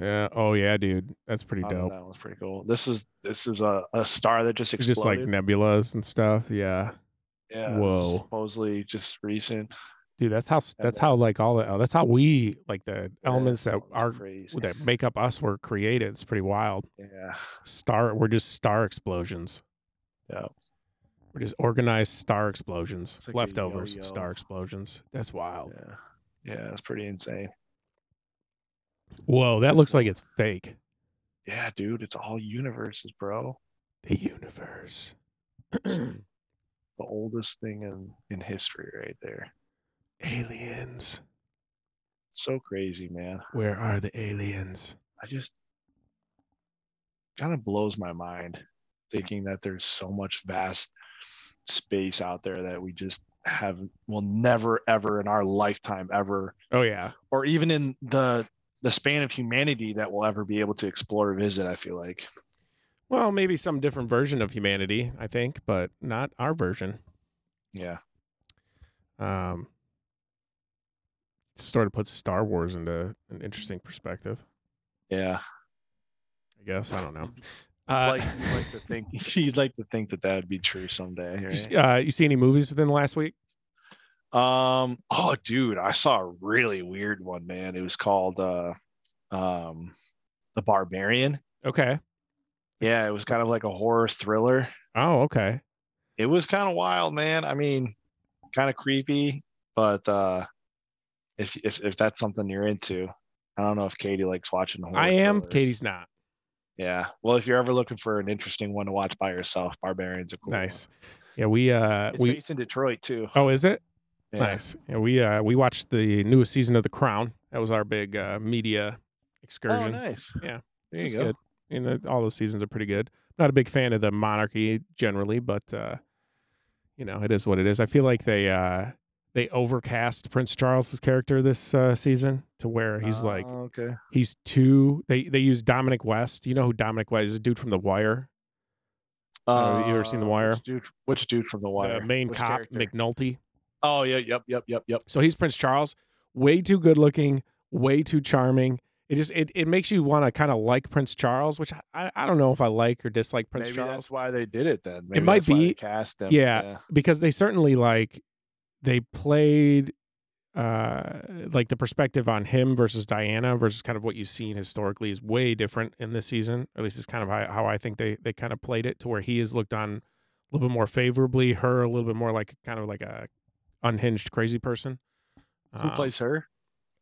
[SPEAKER 1] Yeah. Oh yeah, dude. That's pretty
[SPEAKER 2] I thought
[SPEAKER 1] dope.
[SPEAKER 2] that one's pretty cool. This is this is a, a star that just
[SPEAKER 1] It's
[SPEAKER 2] exploded.
[SPEAKER 1] just like nebulas and stuff. Yeah.
[SPEAKER 2] yeah, this is
[SPEAKER 1] whoa.
[SPEAKER 2] supposedly just recent.
[SPEAKER 1] dude that's how s-
[SPEAKER 2] Yeah,
[SPEAKER 1] that's
[SPEAKER 2] that-
[SPEAKER 1] how like all the that's how we like the elements that
[SPEAKER 2] one's
[SPEAKER 1] are
[SPEAKER 2] crazy.
[SPEAKER 1] that make up us were created it's pretty wild
[SPEAKER 2] Yeah,
[SPEAKER 1] star we're just star explosions
[SPEAKER 2] yeah.
[SPEAKER 1] we're just organized star explosions
[SPEAKER 2] It's like a
[SPEAKER 1] leftovers of
[SPEAKER 2] yo-yo.
[SPEAKER 1] star explosions that's wild
[SPEAKER 2] Yeah. Yeah, that's pretty insane.
[SPEAKER 1] whoa that looks like it's fake
[SPEAKER 2] Yeah, dude, it's all universes, bro.
[SPEAKER 1] the universe
[SPEAKER 2] The oldest thing in in history, right there.
[SPEAKER 1] aliens
[SPEAKER 2] It's so crazy, man.
[SPEAKER 1] where are the aliens
[SPEAKER 2] I just kind of blows my mind thinking that there's so much vast space out there that we just have will never ever in our lifetime ever
[SPEAKER 1] oh yeah
[SPEAKER 2] or even in the the span of humanity that we'll ever be able to explore or visit i feel like
[SPEAKER 1] well maybe some different version of humanity i think but not our version
[SPEAKER 2] yeah
[SPEAKER 1] um, sort of puts Star Wars into an interesting perspective.
[SPEAKER 2] yeah
[SPEAKER 1] I guess I don't know. Uh,
[SPEAKER 2] like you'd like to think you'd like to think that that would be true someday eh?
[SPEAKER 1] you,
[SPEAKER 2] right?
[SPEAKER 1] s- uh, you see any movies within the last week?
[SPEAKER 2] um oh dude i saw a really weird one man it was called uh um the barbarian
[SPEAKER 1] Okay.
[SPEAKER 2] yeah it was kind of like a horror thriller
[SPEAKER 1] Oh, okay.
[SPEAKER 2] it was kind of wild man i mean kind of creepy but uh if, if if that's something you're into i don't know if katie likes watching horror
[SPEAKER 1] I am.
[SPEAKER 2] thrillers.
[SPEAKER 1] Katie's not.
[SPEAKER 2] Yeah. Well, if you're ever looking for an interesting one to watch by yourself, Barbarian's a cool one.
[SPEAKER 1] Nice. Yeah, we uh
[SPEAKER 2] It's
[SPEAKER 1] we
[SPEAKER 2] based in Detroit too.
[SPEAKER 1] Oh, is it?
[SPEAKER 2] Yeah.
[SPEAKER 1] Nice. Yeah, we uh we watched the newest season of The Crown. That was our big uh media excursion.
[SPEAKER 2] Oh, nice.
[SPEAKER 1] Yeah.
[SPEAKER 2] There you
[SPEAKER 1] It's
[SPEAKER 2] go.
[SPEAKER 1] good. You know, all those seasons are pretty good. Not a big fan of the monarchy generally, but uh, you know, it is what it is. I feel like they uh, they overcast Prince Charles's character this uh, season to where he's like
[SPEAKER 2] Oh, okay.
[SPEAKER 1] he's too. They they use Dominic West. You know who Dominic West is? A dude from The Wire, Uh, you ever seen The Wire?
[SPEAKER 2] Which dude, which dude from The Wire?
[SPEAKER 1] the main
[SPEAKER 2] Which
[SPEAKER 1] cop
[SPEAKER 2] character?
[SPEAKER 1] McNulty.
[SPEAKER 2] oh yeah. Yep. Yep. Yep. Yep.
[SPEAKER 1] So he's Prince Charles. Way too good looking. Way too charming. It just it, it makes you want to kind of like Prince Charles, which I- I, I don't know if I like or dislike Prince
[SPEAKER 2] Maybe
[SPEAKER 1] Charles.
[SPEAKER 2] that's why they did it then. Maybe
[SPEAKER 1] might
[SPEAKER 2] that's why they
[SPEAKER 1] be.
[SPEAKER 2] cast him.
[SPEAKER 1] Yeah. because they certainly like they played uh like the perspective on him versus Diana versus kind of what you've seen historically is way different in this season. At least it's kind of how, how I think they they kind of played it to where he is looked on a little bit more favorably, her a little bit more like kind of like a unhinged crazy person.
[SPEAKER 2] Who
[SPEAKER 1] Um,
[SPEAKER 2] plays her?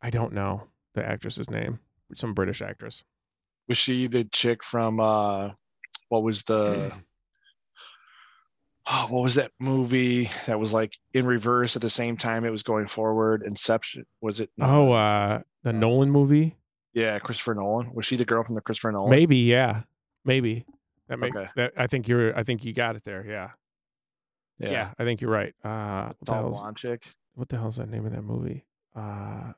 [SPEAKER 1] I don't know the actress's name. Some British actress.
[SPEAKER 2] Was she the chick from uh what was the oh, what was that movie that was like in reverse at the same time it was going forward? Inception was it? No,
[SPEAKER 1] Oh,
[SPEAKER 2] not
[SPEAKER 1] uh the
[SPEAKER 2] Uh,
[SPEAKER 1] Nolan movie?
[SPEAKER 2] Yeah, Christopher Nolan. Was she the girl from the Christopher Nolan?
[SPEAKER 1] Maybe, yeah. Maybe. That may,
[SPEAKER 2] Okay.
[SPEAKER 1] that, I think you're I think you got it there. Yeah. Yeah, I think you're right. Uh, what, the
[SPEAKER 2] Tall
[SPEAKER 1] hell's,
[SPEAKER 2] blonde chick.
[SPEAKER 1] what the hell's that name of that movie? Uh,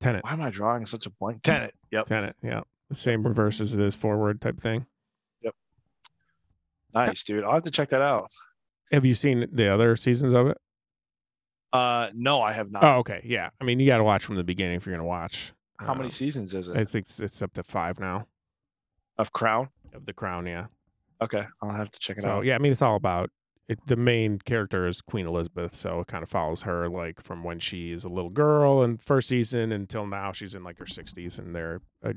[SPEAKER 1] Tenet.
[SPEAKER 2] Why am I drawing such a blank? Tenet. Yep.
[SPEAKER 1] Tenet. Yeah, the same reverse as it is forward type thing.
[SPEAKER 2] Nice, dude. I'll have to check that out.
[SPEAKER 1] Have you seen the other seasons of it?
[SPEAKER 2] Uh, no, I have not.
[SPEAKER 1] Oh, okay. Yeah, I mean you got to watch from the beginning if you're gonna watch.
[SPEAKER 2] How many
[SPEAKER 1] Um,
[SPEAKER 2] seasons is it?
[SPEAKER 1] I think it's, it's up to five now.
[SPEAKER 2] of Crown.
[SPEAKER 1] of the crown. Yeah.
[SPEAKER 2] Okay, I'll have to check it
[SPEAKER 1] So
[SPEAKER 2] out.
[SPEAKER 1] yeah, I mean it's all about it, the main character is Queen Elizabeth, so it kind of follows her like from when she is a little girl in first season until now she's in like her sixties, and they're uh,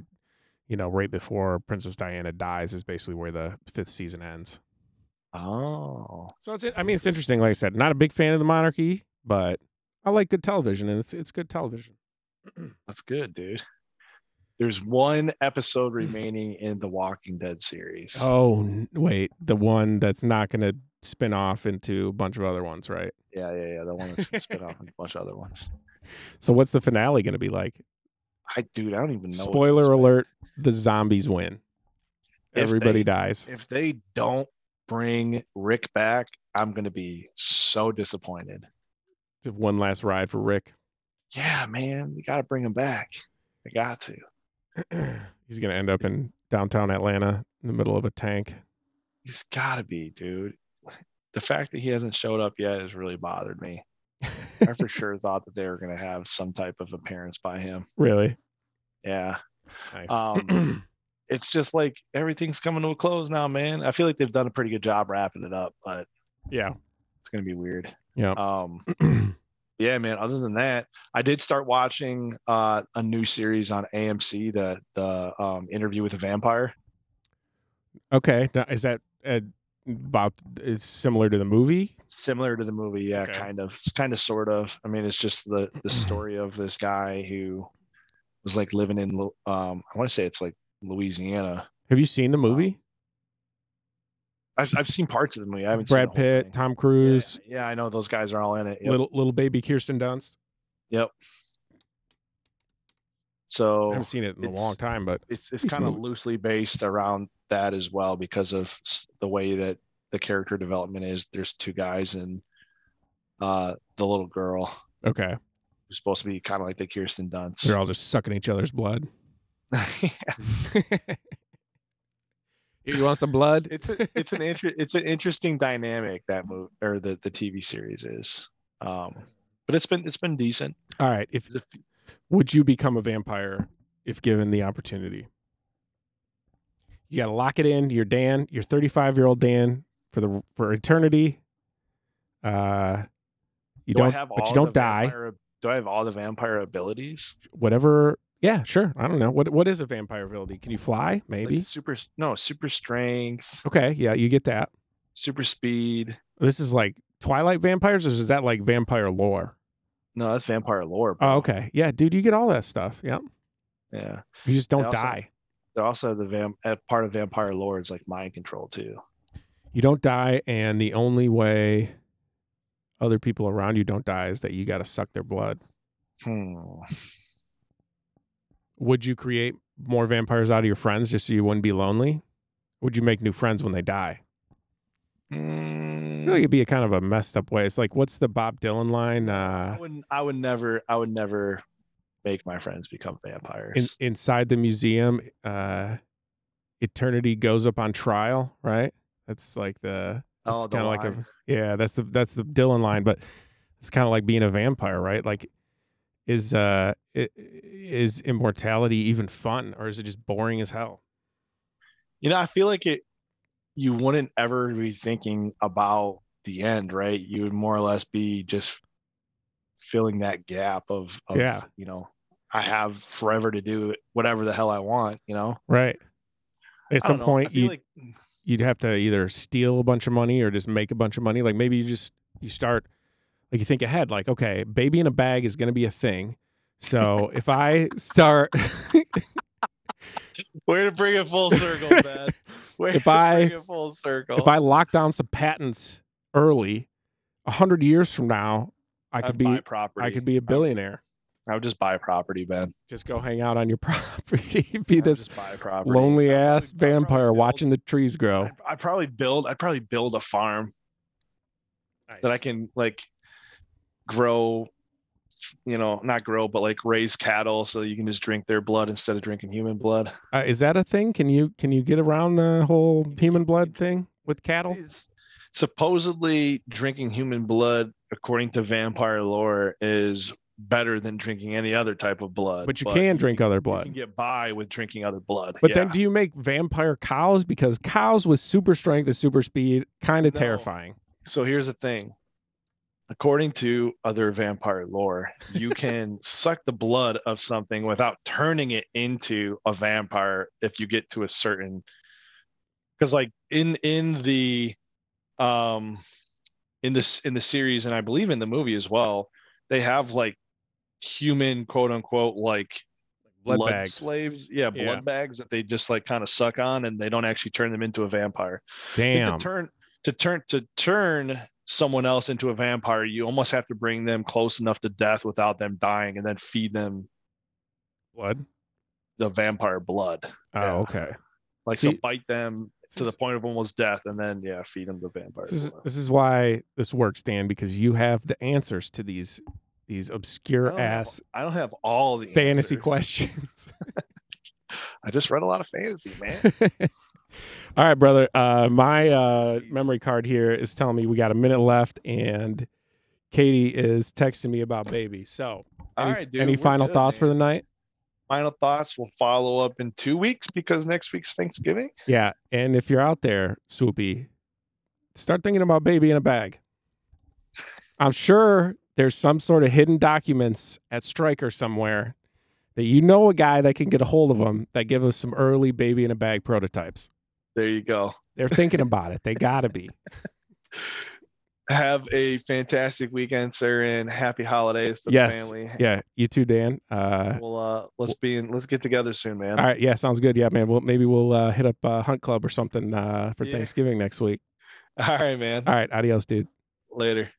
[SPEAKER 1] you know right before Princess Diana dies is basically where the fifth season ends.
[SPEAKER 2] Oh,
[SPEAKER 1] So it's I mean it's interesting. Like I said, not a big fan of the monarchy, but I like good television, and it's it's good television.
[SPEAKER 2] that's good, dude. There's one episode remaining in the Walking Dead series.
[SPEAKER 1] Hmm. Oh n- wait, the one that's not going to spin off into a bunch of other ones, right?
[SPEAKER 2] Yeah, yeah, yeah. The one that's spit off and a bunch of other ones.
[SPEAKER 1] So what's the finale going to be like?
[SPEAKER 2] I dude, I don't even know. what to
[SPEAKER 1] Spoiler
[SPEAKER 2] expect.
[SPEAKER 1] alert: the zombies win.
[SPEAKER 2] If
[SPEAKER 1] Everybody
[SPEAKER 2] they-
[SPEAKER 1] dies.
[SPEAKER 2] If they don't bring Rick back, I'm gonna be so disappointed.
[SPEAKER 1] One last ride for Rick.
[SPEAKER 2] Yeah, man, we gotta bring him back. I got to.
[SPEAKER 1] He's gonna end up in downtown Atlanta in the middle of a tank.
[SPEAKER 2] He's gotta be, dude. The fact that he hasn't showed up yet has really bothered me. I for sure thought that they were gonna have some type of appearance by him.
[SPEAKER 1] Really
[SPEAKER 2] Yeah.
[SPEAKER 1] nice.
[SPEAKER 2] Um, It's just like everything's coming to a close now, man. I feel like they've done a pretty good job wrapping it up, but
[SPEAKER 1] yeah.
[SPEAKER 2] it's gonna be weird.
[SPEAKER 1] Yeah.
[SPEAKER 2] Um yeah man other than that i did start watching uh, a new series on amc the the um, interview with a vampire
[SPEAKER 1] okay. Now, is that uh, about? It's similar to the movie.
[SPEAKER 2] similar to the movie yeah
[SPEAKER 1] Okay.
[SPEAKER 2] kind of kind of sort of i mean it's just the
[SPEAKER 1] Mm-hmm.
[SPEAKER 2] the story of this guy who was like living in Lu- um, i want to say it's like louisiana
[SPEAKER 1] Have you seen the
[SPEAKER 2] Uh,
[SPEAKER 1] movie?
[SPEAKER 2] i've, I've seen parts of the movie i haven't
[SPEAKER 1] Brad
[SPEAKER 2] seen the whole
[SPEAKER 1] Pitt,
[SPEAKER 2] thing.
[SPEAKER 1] Tom
[SPEAKER 2] Yeah,
[SPEAKER 1] Cruise,
[SPEAKER 2] yeah, i know those guys are all in it Yep.
[SPEAKER 1] little little baby Kirsten Dunst. I
[SPEAKER 2] so
[SPEAKER 1] haven't seen it in a
[SPEAKER 2] Oh, it's-
[SPEAKER 1] long time, but
[SPEAKER 2] it's, it's
[SPEAKER 1] pretty
[SPEAKER 2] kind of
[SPEAKER 1] smooth.
[SPEAKER 2] loosely based around that as well because of s- the way that the character development is there's two guys and uh the little girl
[SPEAKER 1] okay.
[SPEAKER 2] who's supposed to be kind of like the kirsten dunst
[SPEAKER 1] They're all just sucking each other's blood. Here, you want some blood?
[SPEAKER 2] it's a, it's an inter- it's an interesting dynamic that movie or the the tv series is um but it's been it's been decent
[SPEAKER 1] All right. If
[SPEAKER 2] There's a few-
[SPEAKER 1] would you become a vampire if given the opportunity? You got to lock it in. You're Dan. You're 35 year old Dan for the for eternity. Uh, you
[SPEAKER 2] do I
[SPEAKER 1] don't,
[SPEAKER 2] have
[SPEAKER 1] but
[SPEAKER 2] all
[SPEAKER 1] you don't
[SPEAKER 2] the
[SPEAKER 1] die.
[SPEAKER 2] vampire- do i have all the vampire abilities
[SPEAKER 1] Whatever. Yeah, sure. I don't know. What what is a vampire ability? Can you fly?
[SPEAKER 2] Like
[SPEAKER 1] Maybe.
[SPEAKER 2] super no super strength
[SPEAKER 1] okay. Yeah, you get that.
[SPEAKER 2] super speed
[SPEAKER 1] This is like Twilight vampires, or is that like vampire lore?
[SPEAKER 2] no that's vampire lore bro.
[SPEAKER 1] Oh, okay. Yeah, dude, you get all that stuff. Yeah,
[SPEAKER 2] yeah
[SPEAKER 1] you just don't
[SPEAKER 2] also-
[SPEAKER 1] die.
[SPEAKER 2] they're also the vamp uh, part of vampire lore is like mind control too
[SPEAKER 1] you don't die and the only way other people around you don't die is that you got to suck their blood Oh,
[SPEAKER 2] hmm.
[SPEAKER 1] would you create more vampires out of your friends just so you wouldn't be lonely would you make new friends when they die I feel like
[SPEAKER 2] Mm,
[SPEAKER 1] it'd be a kind of a messed up way it's like what's the bob dylan line
[SPEAKER 2] I,
[SPEAKER 1] uh
[SPEAKER 2] wouldn't, I would never i would never make my friends become vampires
[SPEAKER 1] in, inside the museum uh eternity goes up on trial right that's like the that's
[SPEAKER 2] Oh, the
[SPEAKER 1] kind of like a
[SPEAKER 2] line.
[SPEAKER 1] yeah that's the that's the dylan line but it's kind of like being a vampire right like is uh i- is immortality even fun or is it just boring as hell
[SPEAKER 2] you know i feel like it you wouldn't ever be thinking about the end right you would more or less be just filling that gap of, of
[SPEAKER 1] Yeah.
[SPEAKER 2] you know i have forever to do whatever the hell i want you know
[SPEAKER 1] right at
[SPEAKER 2] I
[SPEAKER 1] some
[SPEAKER 2] don't know, I
[SPEAKER 1] point
[SPEAKER 2] feel
[SPEAKER 1] you
[SPEAKER 2] like
[SPEAKER 1] you'd have to either steal a bunch of money or just make a bunch of money. Like maybe you just you start like you think ahead, like, okay, baby in a bag is gonna be a thing. So if I start
[SPEAKER 2] way to bring it full circle man Way
[SPEAKER 1] If
[SPEAKER 2] to
[SPEAKER 1] I-
[SPEAKER 2] bring it full circle
[SPEAKER 1] if I lock down some patents early, a hundred years from now, I could
[SPEAKER 2] I'd
[SPEAKER 1] be
[SPEAKER 2] buy property.
[SPEAKER 1] I could be a billionaire.
[SPEAKER 2] I would just buy property, man.
[SPEAKER 1] Just go hang out on your property, be
[SPEAKER 2] I'd
[SPEAKER 1] this
[SPEAKER 2] just buy property.
[SPEAKER 1] lonely
[SPEAKER 2] I'd probably-
[SPEAKER 1] ass
[SPEAKER 2] I'd probably
[SPEAKER 1] vampire
[SPEAKER 2] build-
[SPEAKER 1] watching the trees grow.
[SPEAKER 2] I'd, I'd probably build. I'd probably build a farm that I can like grow. You know, not grow, but like raise cattle, so you can just drink their blood instead of drinking human blood.
[SPEAKER 1] Uh, is that a thing? Can you can you get around the whole human blood thing with cattle?
[SPEAKER 2] It's- supposedly, drinking human blood, according to vampire lore, is better than drinking any other type of blood.
[SPEAKER 1] but you can drink other
[SPEAKER 2] you
[SPEAKER 1] blood.
[SPEAKER 2] can get by with drinking other blood.
[SPEAKER 1] but
[SPEAKER 2] yeah.
[SPEAKER 1] then, do you make vampire cows? Because cows with super strength and super speed, kind of
[SPEAKER 2] No.
[SPEAKER 1] terrifying.
[SPEAKER 2] so here's the thing. According to other vampire lore, you can suck the blood of something without turning it into a vampire if you get to a certain because like in in the um in this in the series and I believe in the movie as well, they have like human quote unquote like
[SPEAKER 1] Blood bags.
[SPEAKER 2] slaves, yeah, blood
[SPEAKER 1] Yeah.
[SPEAKER 2] bags that they just like kind of suck on and they don't actually turn them into a vampire think
[SPEAKER 1] Damn.
[SPEAKER 2] to turn to turn to turn someone else into a vampire you almost have to bring them close enough to death without them dying and then feed them
[SPEAKER 1] Blood.
[SPEAKER 2] the vampire blood
[SPEAKER 1] Oh,
[SPEAKER 2] Yeah.
[SPEAKER 1] okay.
[SPEAKER 2] like so
[SPEAKER 1] See-
[SPEAKER 2] bite them to the
[SPEAKER 1] This-
[SPEAKER 2] point of almost death and then yeah feed them the vampire
[SPEAKER 1] This is
[SPEAKER 2] blood.
[SPEAKER 1] this is why this works, Dan, because you have the answers to these these
[SPEAKER 2] I
[SPEAKER 1] obscure
[SPEAKER 2] don't have-
[SPEAKER 1] ass
[SPEAKER 2] i don't have all the
[SPEAKER 1] fantasy
[SPEAKER 2] answers.
[SPEAKER 1] questions.
[SPEAKER 2] i just read a lot of fantasy man
[SPEAKER 1] All right, brother. Uh, my uh,
[SPEAKER 2] Jeez.
[SPEAKER 1] memory card here is telling me we got a minute left, and Katie is texting me about baby. So,
[SPEAKER 2] all
[SPEAKER 1] any,
[SPEAKER 2] right dude
[SPEAKER 1] any
[SPEAKER 2] we're
[SPEAKER 1] final
[SPEAKER 2] good,
[SPEAKER 1] thoughts for
[SPEAKER 2] man.
[SPEAKER 1] the night?
[SPEAKER 2] final thoughts we'll follow up in two weeks because next week's thanksgiving
[SPEAKER 1] Yeah, and if you're out there, Swoopy, start thinking about baby in a bag. I'm sure there's some sort of hidden documents at Stryker somewhere that you know a guy that can get a hold of them that give us some early baby in a bag prototypes.
[SPEAKER 2] there you go
[SPEAKER 1] They're thinking about it. They gotta be.
[SPEAKER 2] have a fantastic weekend sir and happy holidays to
[SPEAKER 1] Yes.
[SPEAKER 2] the family
[SPEAKER 1] Yeah, you too, Dan. Uh,
[SPEAKER 2] Well, uh, let's be in. Let's get together soon, man.
[SPEAKER 1] all right, yeah, sounds good. Yeah, man. Well, maybe we'll uh, hit up uh, Hunt Club or something uh, for
[SPEAKER 2] Yeah.
[SPEAKER 1] Thanksgiving next week.
[SPEAKER 2] All right, man.
[SPEAKER 1] All right, adios, dude.
[SPEAKER 2] Later.